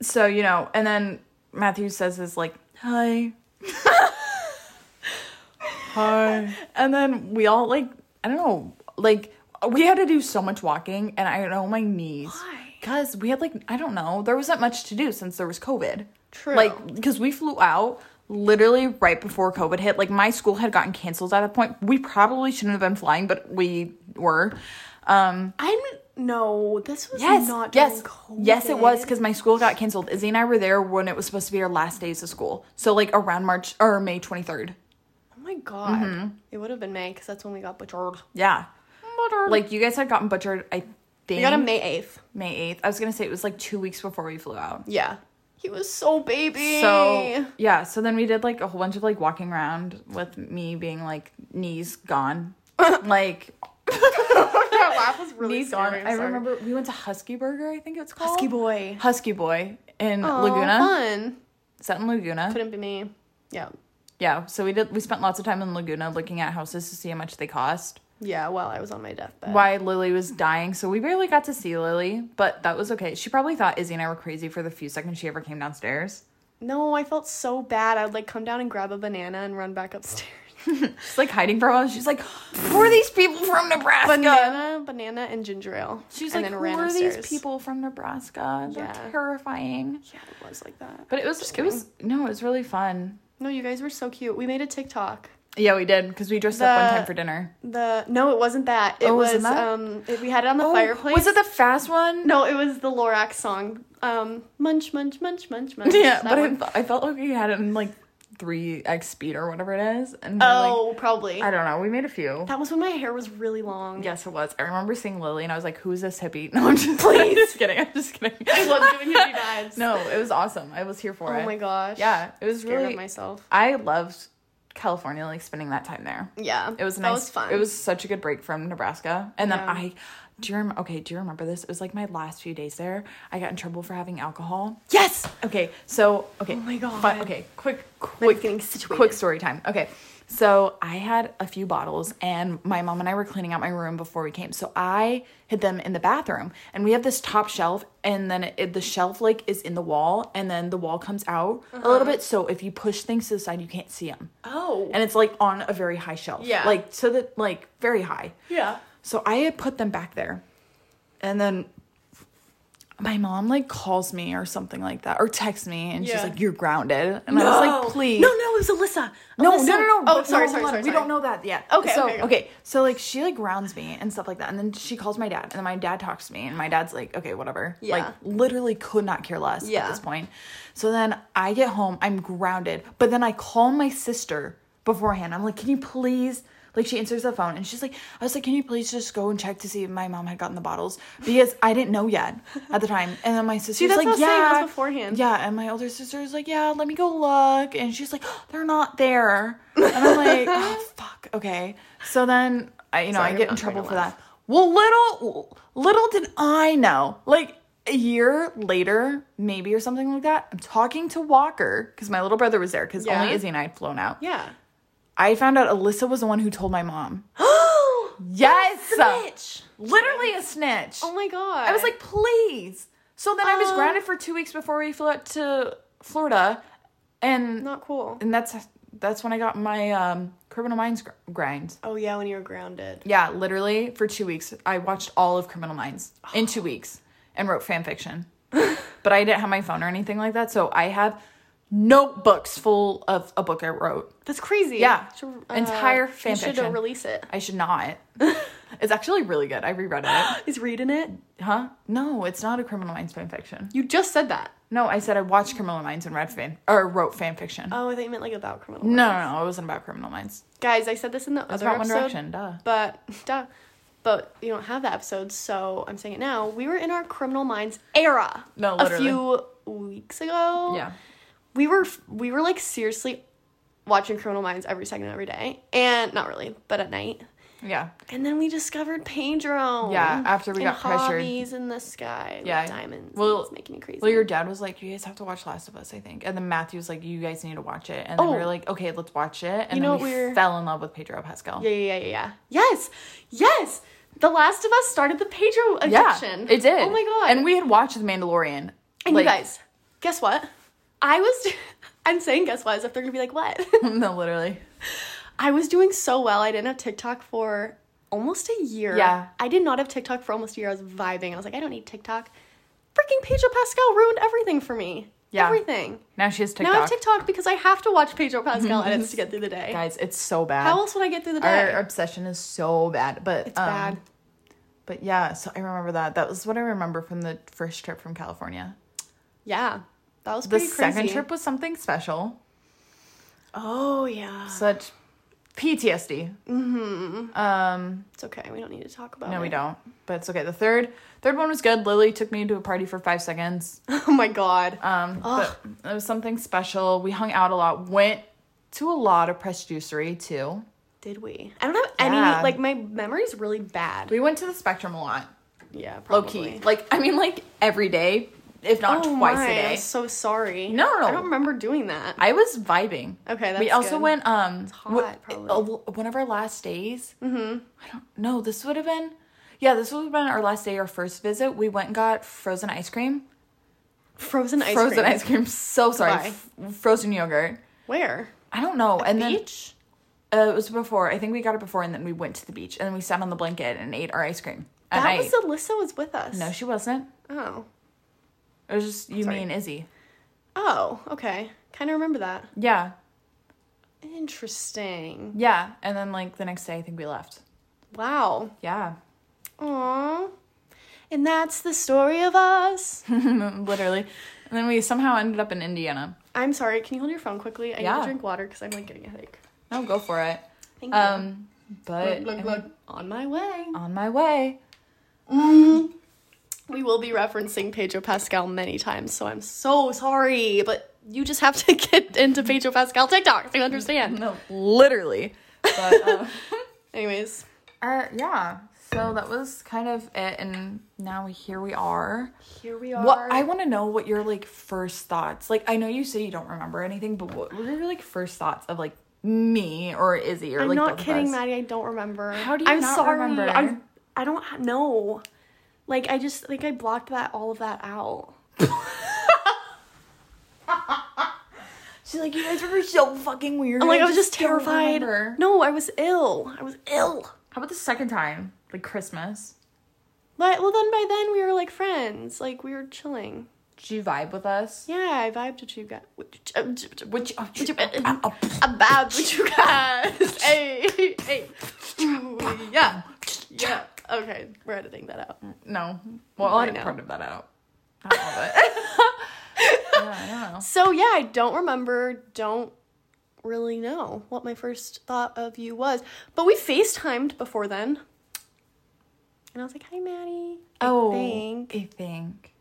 Speaker 2: so, you know, and then Matthew says his, like, hi. <laughs> hi. And then we all, like, I don't know, like, we had to do so much walking, and I know my knees.
Speaker 1: Why?
Speaker 2: Because we had, like, I don't know, there wasn't much to do since there was COVID.
Speaker 1: True.
Speaker 2: Like, because we flew out literally right before COVID hit. Like, my school had gotten canceled at that point. We probably shouldn't have been flying, but we were. Um,
Speaker 1: I'm no. This was
Speaker 2: Yes.
Speaker 1: not during
Speaker 2: yes.
Speaker 1: COVID.
Speaker 2: Yes, it was because my school got canceled. Izzy and I were there when it was supposed to be our last days of school. So like around March or May twenty third.
Speaker 1: Oh my god.
Speaker 2: Mm-hmm.
Speaker 1: It would have been May because that's when we got butchered.
Speaker 2: Yeah. Like you guys had gotten butchered. I think
Speaker 1: We got him May eighth.
Speaker 2: May eighth. I was gonna say it was like two weeks before we flew out.
Speaker 1: Yeah. He was so baby.
Speaker 2: So yeah. So then we did like a whole bunch of like walking around with me being like knees
Speaker 1: <laughs>
Speaker 2: gone, like
Speaker 1: <laughs> that laugh was really
Speaker 2: knees gone.
Speaker 1: scary.
Speaker 2: I remember we went to Husky Burger. I think it's called
Speaker 1: Husky boy.
Speaker 2: Husky Boy in
Speaker 1: Aw,
Speaker 2: Laguna.
Speaker 1: Fun.
Speaker 2: Is that in Laguna?
Speaker 1: Couldn't be me. Yeah.
Speaker 2: Yeah, so we did. We spent lots of time in Laguna looking at houses to see how much they cost.
Speaker 1: Yeah. While I was on my deathbed.
Speaker 2: Why Lily was dying, so we barely got to see Lily, but that was okay. She probably thought Izzy and I were crazy for the few seconds she ever came downstairs.
Speaker 1: No, I felt so bad. I would like come down and grab a banana and run back
Speaker 2: <laughs>
Speaker 1: upstairs.
Speaker 2: She's like hiding from us. She's like, "Who are these people from Nebraska?"
Speaker 1: Banana, banana, and ginger ale.
Speaker 2: She's
Speaker 1: and
Speaker 2: like, "Who are these people from Nebraska? They're
Speaker 1: Yeah.
Speaker 2: terrifying."
Speaker 1: Yeah, it was like that.
Speaker 2: But it was just it was no, it was really fun.
Speaker 1: No, you guys were so cute. We made a TikTok.
Speaker 2: Yeah, we did because we dressed up one
Speaker 1: The-
Speaker 2: time for dinner.
Speaker 1: The no, it wasn't that. It
Speaker 2: Oh,
Speaker 1: was
Speaker 2: wasn't that?
Speaker 1: um, it, we had it on the
Speaker 2: Oh,
Speaker 1: fireplace.
Speaker 2: Was it the fast one?
Speaker 1: No, it was the Lorax song. Um, munch, munch, munch, munch, munch.
Speaker 2: <laughs> Yeah,
Speaker 1: That
Speaker 2: but
Speaker 1: one.
Speaker 2: I, I felt like we had it in like three x speed or whatever it is, and we're,
Speaker 1: <laughs>
Speaker 2: like,
Speaker 1: oh, probably.
Speaker 2: I don't know. We made a few.
Speaker 1: that was when my hair was really long.
Speaker 2: Yes, it was. I remember seeing Lily, and I was like, "Who's this hippie?" <laughs> No, I'm just please. just <laughs> kidding. I'm just kidding.
Speaker 1: <laughs> I
Speaker 2: <laughs>
Speaker 1: love doing hippie vibes.
Speaker 2: no, it was awesome. I was here for it.
Speaker 1: Oh my gosh.
Speaker 2: Yeah, it was
Speaker 1: Scared
Speaker 2: really.
Speaker 1: of myself.
Speaker 2: I loved California, like spending that time there.
Speaker 1: Yeah.
Speaker 2: It was nice.
Speaker 1: That was fun.
Speaker 2: It was such a good break from Nebraska. And then
Speaker 1: Yeah.
Speaker 2: I, do you remember? Okay, do you remember this? It was like my last few days there. I got in trouble for having alcohol.
Speaker 1: yes.
Speaker 2: Okay, so okay.
Speaker 1: Oh my
Speaker 2: fu-
Speaker 1: God.
Speaker 2: okay, quick,
Speaker 1: Quick
Speaker 2: quick
Speaker 1: getting situated.
Speaker 2: quick story time. Okay. So I had a few bottles, and my mom and I were cleaning out my room before we came. So I hid them in the bathroom, and we have this top shelf, and then it, the shelf like is in the wall, and then the wall comes out a
Speaker 1: Uh-huh.
Speaker 2: little bit. So if you push things to the side, you can't see them,
Speaker 1: Oh.
Speaker 2: and it's like on a very high shelf,
Speaker 1: Yeah.
Speaker 2: like so that like very high.
Speaker 1: yeah.
Speaker 2: So I had put them back there. And then my mom like calls me or something like that or texts me and she's
Speaker 1: Yeah.
Speaker 2: like, You're grounded. And I was like, please.
Speaker 1: No, no, it was Alyssa.
Speaker 2: No, no,
Speaker 1: Alyssa.
Speaker 2: no, no.
Speaker 1: Oh,
Speaker 2: but
Speaker 1: sorry,
Speaker 2: no,
Speaker 1: sorry,
Speaker 2: hold
Speaker 1: sorry.
Speaker 2: on, We
Speaker 1: sorry.
Speaker 2: don't know that yet.
Speaker 1: Okay,
Speaker 2: So,
Speaker 1: okay,
Speaker 2: okay,
Speaker 1: okay.
Speaker 2: So, like, she, like, grounds me and stuff like that. And then she calls my dad. And then my dad talks to me. And my dad's like, okay, whatever.
Speaker 1: Yeah.
Speaker 2: Like, literally could not care less at
Speaker 1: Yeah.
Speaker 2: this point. So then I get home. I'm grounded. But then I call my sister beforehand. I'm like, can you please... Like she answers the phone and she's like, I was like, can you please just go and check to see if my mom had gotten the bottles because I didn't know yet at the time. And then my sister's
Speaker 1: that's
Speaker 2: like,
Speaker 1: what I was
Speaker 2: yeah,
Speaker 1: saying, that was beforehand.
Speaker 2: yeah, and my older sister was like, "Yeah, let me go look," and she's like, "Oh, "They're not there," and I'm like,
Speaker 1: <laughs>
Speaker 2: "Oh fuck, okay." So then, I, you know,
Speaker 1: Sorry,
Speaker 2: I
Speaker 1: I'm
Speaker 2: get in
Speaker 1: not
Speaker 2: trouble
Speaker 1: trying
Speaker 2: for
Speaker 1: to laugh.
Speaker 2: that. Well, little little did I know, like a year later, maybe or something like that. I'm talking to Walker because my little brother was there because
Speaker 1: Yeah.
Speaker 2: only Izzy and I had flown out.
Speaker 1: <gasps> Yeah.
Speaker 2: I found out Alyssa was the one who told my mom. Yes,
Speaker 1: Bitch.
Speaker 2: literally a snitch.
Speaker 1: Oh my god.
Speaker 2: I was like, please. So then I was
Speaker 1: Um,
Speaker 2: grounded for two weeks before we flew out to Florida, and
Speaker 1: not cool.
Speaker 2: and that's that's when I got my um, Criminal Minds gr- grind.
Speaker 1: Oh yeah, when you were grounded.
Speaker 2: Yeah, literally for two weeks, I watched all of Criminal Minds in two weeks and wrote fan fiction. but I didn't have my phone or anything like that, so I have notebooks full of a book I wrote.
Speaker 1: That's crazy.
Speaker 2: Yeah.
Speaker 1: Should, uh,
Speaker 2: Entire
Speaker 1: you
Speaker 2: fan
Speaker 1: Should
Speaker 2: fiction.
Speaker 1: release
Speaker 2: <gasps>
Speaker 1: it.
Speaker 2: I should not. it's actually really good. I reread it.
Speaker 1: He's reading it.
Speaker 2: Huh? No, it's not a Criminal Minds fan fiction.
Speaker 1: You just said that.
Speaker 2: No, I said I watched Criminal Minds and read fan or wrote fan fiction.
Speaker 1: Oh, I thought you meant like about criminal.
Speaker 2: no,
Speaker 1: minds.
Speaker 2: no, no, it wasn't about Criminal Minds.
Speaker 1: Guys, I said this in the
Speaker 2: It's
Speaker 1: other
Speaker 2: about One
Speaker 1: episode,
Speaker 2: Direction. Duh.
Speaker 1: but duh. But you don't have that episode, so I'm saying it now. We were in our Criminal Minds era
Speaker 2: No,
Speaker 1: a
Speaker 2: literally.
Speaker 1: few weeks ago.
Speaker 2: Yeah.
Speaker 1: we were we were like seriously watching Criminal Minds every second every day, and not really, but at night.
Speaker 2: Yeah.
Speaker 1: And then we discovered Pedro.
Speaker 2: Yeah, after we
Speaker 1: and
Speaker 2: got pressured.
Speaker 1: Hobbies in the sky.
Speaker 2: Yeah.
Speaker 1: Yeah, diamonds.
Speaker 2: Well-
Speaker 1: Well, it's making me crazy.
Speaker 2: Well, your dad was like, "You guys have to watch Last of Us," I think, and then Matthew was like, "You guys need to watch it," and then we
Speaker 1: Oh.
Speaker 2: were like, "Okay, let's watch it," and
Speaker 1: You
Speaker 2: then
Speaker 1: know
Speaker 2: we
Speaker 1: what we're-
Speaker 2: fell in love with Pedro Pascal.
Speaker 1: yeah, yeah, yeah, yeah, yeah. Yes, yes. The Last of Us started the Pedro addiction.
Speaker 2: it did.
Speaker 1: Oh my god.
Speaker 2: And we had watched The Mandalorian.
Speaker 1: And
Speaker 2: like-
Speaker 1: you guys, guess what? I was. <laughs> I'm saying guess what as if they're gonna be like what?
Speaker 2: <laughs>
Speaker 1: <laughs>
Speaker 2: no, literally.
Speaker 1: I was doing so well. I didn't have TikTok for almost a year.
Speaker 2: Yeah.
Speaker 1: I did not have TikTok for almost a year. I was vibing. I was like, I don't need TikTok. Freaking Pedro Pascal ruined everything for me.
Speaker 2: Yeah.
Speaker 1: Everything.
Speaker 2: Now she has TikTok. Mm-hmm.
Speaker 1: Now I have TikTok because I have to watch Pedro Pascal edits to get through the day.
Speaker 2: Guys, it's so bad.
Speaker 1: How else would I get through the day?
Speaker 2: Our obsession is so bad, but
Speaker 1: it's bad.
Speaker 2: um, But yeah, so I remember that. That was what I remember from the first trip from California.
Speaker 1: Yeah. That was
Speaker 2: The
Speaker 1: pretty
Speaker 2: second
Speaker 1: crazy.
Speaker 2: trip was something special.
Speaker 1: Oh yeah.
Speaker 2: Such PTSD. Mm-hmm. Um,
Speaker 1: It's okay. We don't need to talk about it.
Speaker 2: no, we don't. But it's okay. The third, third one was good. Lily took me to a party for
Speaker 1: <gasps>
Speaker 2: five seconds.
Speaker 1: <laughs> Oh my god.
Speaker 2: Um, but it was something special. We hung out a lot. Went to a lot of press juicery too.
Speaker 1: Did we? I don't have any
Speaker 2: Yeah.
Speaker 1: like my memory's really bad.
Speaker 2: We went to the Spectrum a lot.
Speaker 1: Yeah,
Speaker 2: Low
Speaker 1: probably.
Speaker 2: key, like I mean, like every day, if not
Speaker 1: Oh
Speaker 2: twice
Speaker 1: my,
Speaker 2: a day.
Speaker 1: I'm so sorry.
Speaker 2: No, no, no.
Speaker 1: I don't remember doing that.
Speaker 2: I was vibing.
Speaker 1: Okay,
Speaker 2: we
Speaker 1: that's
Speaker 2: also
Speaker 1: good.
Speaker 2: went um w-
Speaker 1: hot, probably.
Speaker 2: uh, w- one of our last days. Mm-hmm. I don't know. This would have been, yeah, this would have been our last day, our first visit. We went and got frozen ice cream.
Speaker 1: Frozen ice
Speaker 2: frozen
Speaker 1: cream.
Speaker 2: ice cream. So sorry,
Speaker 1: Goodbye.
Speaker 2: F- frozen yogurt.
Speaker 1: Where?
Speaker 2: I don't know. and
Speaker 1: Beach?
Speaker 2: then uh, it was before. I think we got it before, and then we went to the beach, and then we sat on the blanket and ate our ice cream. at
Speaker 1: That
Speaker 2: night.
Speaker 1: was Alyssa was with us.
Speaker 2: no, she wasn't.
Speaker 1: oh.
Speaker 2: It was just you,
Speaker 1: Sorry.
Speaker 2: me, and Izzy.
Speaker 1: Oh, okay. Kind of remember that.
Speaker 2: Yeah,
Speaker 1: Interesting.
Speaker 2: yeah. And then like the next day, I think we left.
Speaker 1: Wow.
Speaker 2: Yeah, <laughs>
Speaker 1: Aww. And that's the story of
Speaker 2: <laughs>
Speaker 1: us.
Speaker 2: literally. And then we somehow ended up in Indiana.
Speaker 1: I'm sorry. Can you hold your phone quickly? I need
Speaker 2: Yeah.
Speaker 1: to drink water because I'm like getting a headache.
Speaker 2: No, go for it.
Speaker 1: Thank you.
Speaker 2: Um, but
Speaker 1: Glug, glug,
Speaker 2: I'm
Speaker 1: glug. On my way.
Speaker 2: on my way.
Speaker 1: We will be referencing Pedro Pascal many times, so I'm so sorry, but you just have to <laughs> get into Pedro Pascal TikTok to understand.
Speaker 2: <laughs> No, literally. But um,
Speaker 1: Anyways,
Speaker 2: <laughs> uh, yeah. So that was kind of it, and now here we are.
Speaker 1: here we are.
Speaker 2: What I want to know what your like first thoughts. Like I know you say you don't remember anything, but what were your like first thoughts of like me or Izzy or
Speaker 1: I'm
Speaker 2: like
Speaker 1: not
Speaker 2: both
Speaker 1: kidding,
Speaker 2: of us.
Speaker 1: Maddie. I don't remember.
Speaker 2: How do you
Speaker 1: I'm
Speaker 2: not
Speaker 1: sorry.
Speaker 2: remember?
Speaker 1: I I don't ha- know. Like I just like I blocked that all of that out.
Speaker 2: She's like, you guys were so fucking weird.
Speaker 1: I'm like I,
Speaker 2: I
Speaker 1: was just
Speaker 2: don't
Speaker 1: terrified.
Speaker 2: remember."
Speaker 1: No, I was ill. I was ill.
Speaker 2: How about the second time, like Christmas?
Speaker 1: But well, then by then we were like friends. Like we were chilling.
Speaker 2: Did you vibe with us?
Speaker 1: Yeah, I vibed with you guys.
Speaker 2: Which
Speaker 1: uh,
Speaker 2: oh,
Speaker 1: About with you guys.
Speaker 2: <laughs>
Speaker 1: Hey, hey. Ooh, yeah, yeah. Okay, we're editing that out. <laughs>
Speaker 2: no, well, I
Speaker 1: I know.
Speaker 2: part of that out. Not all <laughs> of it. yeah, I don't know.
Speaker 1: So yeah, I don't remember, don't really know what my first thought of you was. But we FaceTimed before then. And I was like, hi Maddie. I
Speaker 2: oh,
Speaker 1: think.
Speaker 2: I think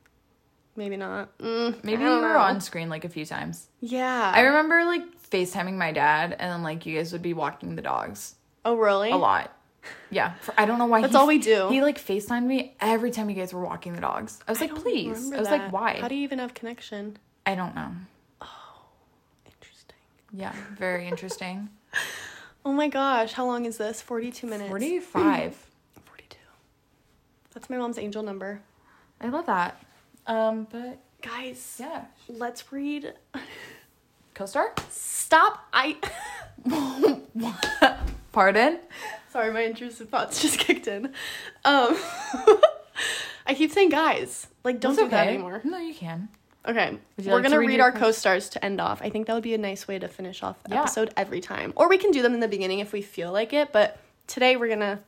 Speaker 1: Maybe not. Mm,
Speaker 2: maybe
Speaker 1: I
Speaker 2: you
Speaker 1: don't
Speaker 2: were
Speaker 1: know.
Speaker 2: on screen like a few times.
Speaker 1: Yeah.
Speaker 2: I remember like FaceTiming my dad, and then like you guys would be walking the dogs
Speaker 1: oh really?
Speaker 2: a lot. Yeah, for, I don't know why.
Speaker 1: That's
Speaker 2: he-
Speaker 1: all we do.
Speaker 2: He like FaceTimed me every time you guys were walking the dogs. I was like,
Speaker 1: don't
Speaker 2: please.
Speaker 1: remember
Speaker 2: I was
Speaker 1: that.
Speaker 2: like, why?
Speaker 1: How do you even have connection?
Speaker 2: I don't know.
Speaker 1: Interesting.
Speaker 2: Yeah, very interesting.
Speaker 1: Oh my gosh, how long is this? 42 <laughs> minutes.
Speaker 2: 45.
Speaker 1: 42. That's my mom's angel number.
Speaker 2: I love that. Um, but
Speaker 1: Guys,
Speaker 2: yeah,
Speaker 1: let's read.
Speaker 2: <laughs> co-star.
Speaker 1: Stop. I. <laughs>
Speaker 2: Pardon.
Speaker 1: Sorry, my intrusive thoughts <laughs> just kicked in. Um, <laughs> I keep saying guys. Like, don't
Speaker 2: It's
Speaker 1: do that anymore.
Speaker 2: No, you can.
Speaker 1: Okay.
Speaker 2: Would you
Speaker 1: We're
Speaker 2: like to
Speaker 1: going to
Speaker 2: read
Speaker 1: read
Speaker 2: your
Speaker 1: our
Speaker 2: quotes?
Speaker 1: co stars to end off. I think that would be a nice way to finish off the
Speaker 2: Yeah.
Speaker 1: episode every time. Or we can do them in the beginning if we feel like it, but today we're going to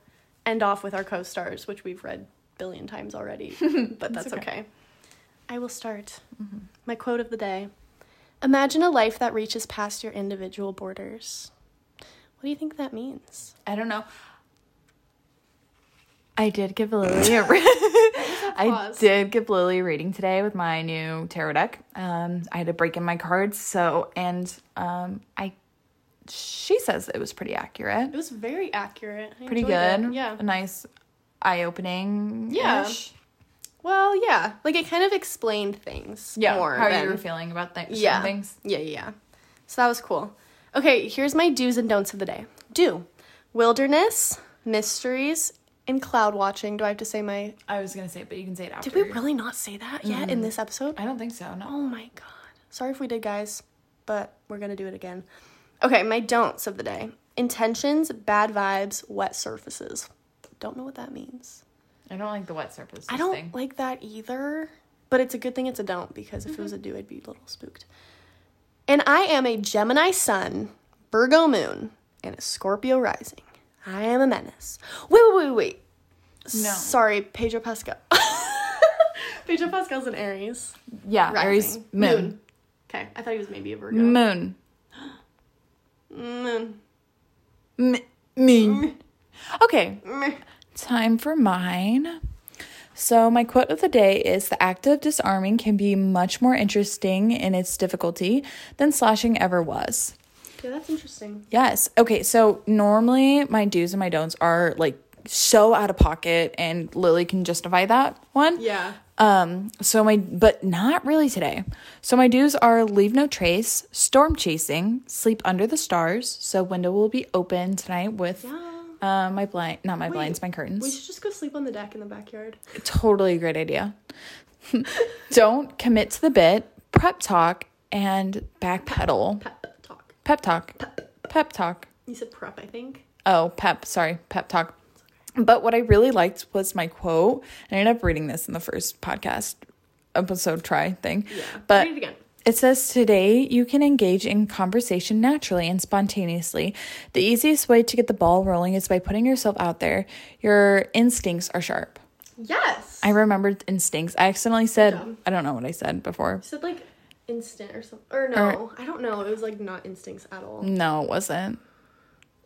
Speaker 1: end off with our co stars, which we've read billion times <laughs> already, but that's okay. Mm-hmm.
Speaker 2: okay.
Speaker 1: I will start. My quote of the day Imagine a life that reaches past your individual borders. What do you think that means?
Speaker 2: I don't know. I did give <laughs> Lily a ra- I
Speaker 1: pause.
Speaker 2: did give Lily a reading today with my new tarot deck. Um, I had to break in my cards, so and um, I she says it was pretty accurate,
Speaker 1: It was very accurate. I
Speaker 2: pretty
Speaker 1: enjoyed it.
Speaker 2: good.
Speaker 1: Yeah.
Speaker 2: a nice eye opening.
Speaker 1: Yeah. Well, yeah. Like it kind of explained things
Speaker 2: yeah.
Speaker 1: more.
Speaker 2: How
Speaker 1: than-
Speaker 2: you were feeling about things?
Speaker 1: yeah.
Speaker 2: things.
Speaker 1: Yeah, yeah, yeah. So that was cool. Okay, here's my do's and don'ts of the day. Do wilderness, mysteries, and cloud watching. Do I have to say my?
Speaker 2: I was gonna say, it, but you can say it after.
Speaker 1: Did we really not say that yet in this episode?
Speaker 2: I don't think so. No.
Speaker 1: Oh my god. Sorry if we did, guys, but we're gonna do it again. Okay, my don'ts of the day: intentions, bad vibes, wet surfaces. Don't know what that means.
Speaker 2: I don't like the wet surface.
Speaker 1: I don't like that either. But it's a good thing it's a don't because if it was a
Speaker 2: Mm-hmm.
Speaker 1: do, I'd be a little spooked. And I am a Gemini sun, Virgo moon, and a Scorpio rising. I am a menace. Wait, wait, wait, wait.
Speaker 2: No.
Speaker 1: Sorry, Pedro Pascal. <laughs> Pedro Pascal's an Aries.
Speaker 2: Yeah,
Speaker 1: Rising.
Speaker 2: Aries moon.
Speaker 1: Okay, I thought he was maybe a Virgo.
Speaker 2: Moon.
Speaker 1: Moon.
Speaker 2: M- moon. Okay,
Speaker 1: Meh.
Speaker 2: time for mine. So, my quote of the day is The act of disarming can be much more interesting in its difficulty than slashing ever was.
Speaker 1: Yeah, that's interesting.
Speaker 2: Yes. Okay. So normally my do's and my don'ts are like so out of pocket, and Lily can justify that one.
Speaker 1: Yeah.
Speaker 2: Um. So my, but not really today. So my do's are leave no trace, storm chasing, sleep under the stars. So window will be open tonight with.
Speaker 1: Yeah.
Speaker 2: Uh, my blind, not my blinds, my
Speaker 1: We
Speaker 2: curtains.
Speaker 1: should just go sleep on the deck in the backyard.
Speaker 2: Totally a great idea. <laughs> Don't commit to the bit, prep talk, and backpedal.
Speaker 1: Pep talk.
Speaker 2: Pep talk. Pep talk.
Speaker 1: You said prep, I think.
Speaker 2: Oh, pep, sorry, pep talk. But what I really liked was my quote. I ended up reading this in the first podcast episode try thing.
Speaker 1: Yeah.
Speaker 2: But
Speaker 1: Read it again.
Speaker 2: it says today you can engage in conversation naturally and spontaneously. The easiest way to get the ball rolling is by putting yourself out there. Your instincts are sharp.
Speaker 1: Yes.
Speaker 2: I remembered instincts. I accidentally said
Speaker 1: job.
Speaker 2: I don't know what I said before.
Speaker 1: said like instant or something or no i don't know it was like not instincts at all
Speaker 2: No, it wasn't.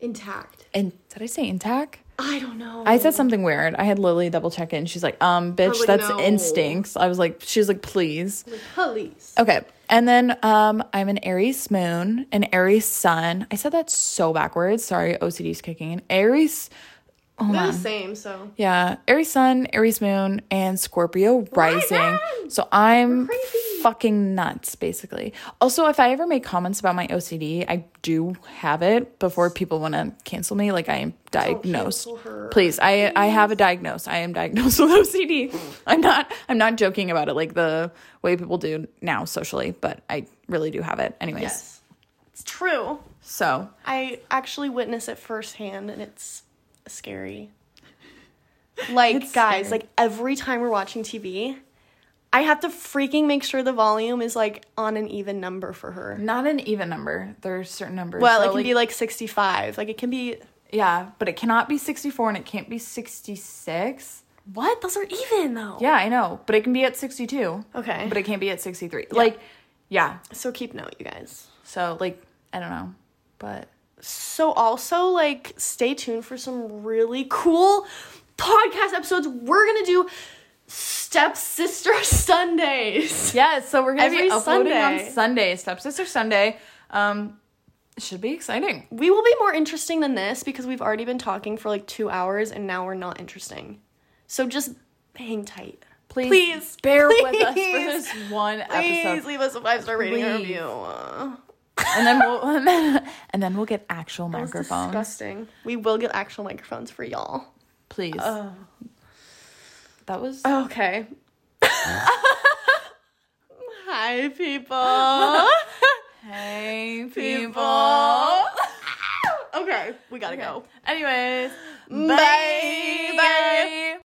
Speaker 1: intact
Speaker 2: And did I say intact?
Speaker 1: i don't know
Speaker 2: I said something weird. I had Lily double check it and she's like, um, bitch,
Speaker 1: like,
Speaker 2: that's
Speaker 1: no.
Speaker 2: instincts. I was like, she was like, please.
Speaker 1: like police
Speaker 2: Okay. And then um I'm an Aries moon, an Aries sun. I said that so backwards. Sorry, OCD's kicking in. Aries Oh,
Speaker 1: they're the same so
Speaker 2: yeah, Aries sun, Aries moon, and Scorpio rising. So I'm
Speaker 1: Crazy.
Speaker 2: fucking nuts, basically. Also, if I ever make comments about my OCD, I do have it before people want to cancel me. Like, I am diagnosed.
Speaker 1: cancel her.
Speaker 2: Please, I, I have a diagnosed. I am diagnosed <laughs> with OCD. I'm not, I'm not joking about it like the way people do now socially, but I really do have it. Anyways,
Speaker 1: Yes. It's true.
Speaker 2: so
Speaker 1: I actually witness it firsthand and it's
Speaker 2: <laughs>
Speaker 1: scary. Like guys,
Speaker 2: scary.
Speaker 1: like every time we're watching TV, I have to freaking make sure the volume is like on an even number for her.
Speaker 2: not an even number. There are certain numbers.
Speaker 1: Well, it
Speaker 2: So,
Speaker 1: can be like 65. Like it can be
Speaker 2: yeah, but it cannot be 64 and it can't be 66.
Speaker 1: What? Those are even though.
Speaker 2: Yeah, I know, but it can be at 62.
Speaker 1: Okay.
Speaker 2: But it can't be at 63. Like, yeah.
Speaker 1: So keep note, you guys.
Speaker 2: So, like, I don't know. But
Speaker 1: So also like stay tuned for some really cool podcast episodes. We're going to do stepsister <laughs> Sundays.
Speaker 2: yes, so we're going to be
Speaker 1: Every
Speaker 2: uploading
Speaker 1: Sunday.
Speaker 2: on Sunday, Stepsister Sunday. Um, should be exciting.
Speaker 1: We will be more interesting than this because we've already been talking for like two hours and now we're not interesting. So just hang tight.
Speaker 2: Please,
Speaker 1: Please,
Speaker 2: bear with us for
Speaker 1: please,
Speaker 2: this one
Speaker 1: Please
Speaker 2: episode,
Speaker 1: leave us a five star rating or
Speaker 2: Please.
Speaker 1: review. Uh,
Speaker 2: and then we'll <laughs> and then, and then we'll get actual
Speaker 1: that's
Speaker 2: microphones.
Speaker 1: disgusting. We will get actual microphones for y'all.
Speaker 2: Please,
Speaker 1: Uh.
Speaker 2: that was
Speaker 1: Okay. <laughs> Hi, <laughs> people.
Speaker 2: hey
Speaker 1: people. okay, we gotta go.
Speaker 2: Anyways,
Speaker 1: Bye.
Speaker 2: bye.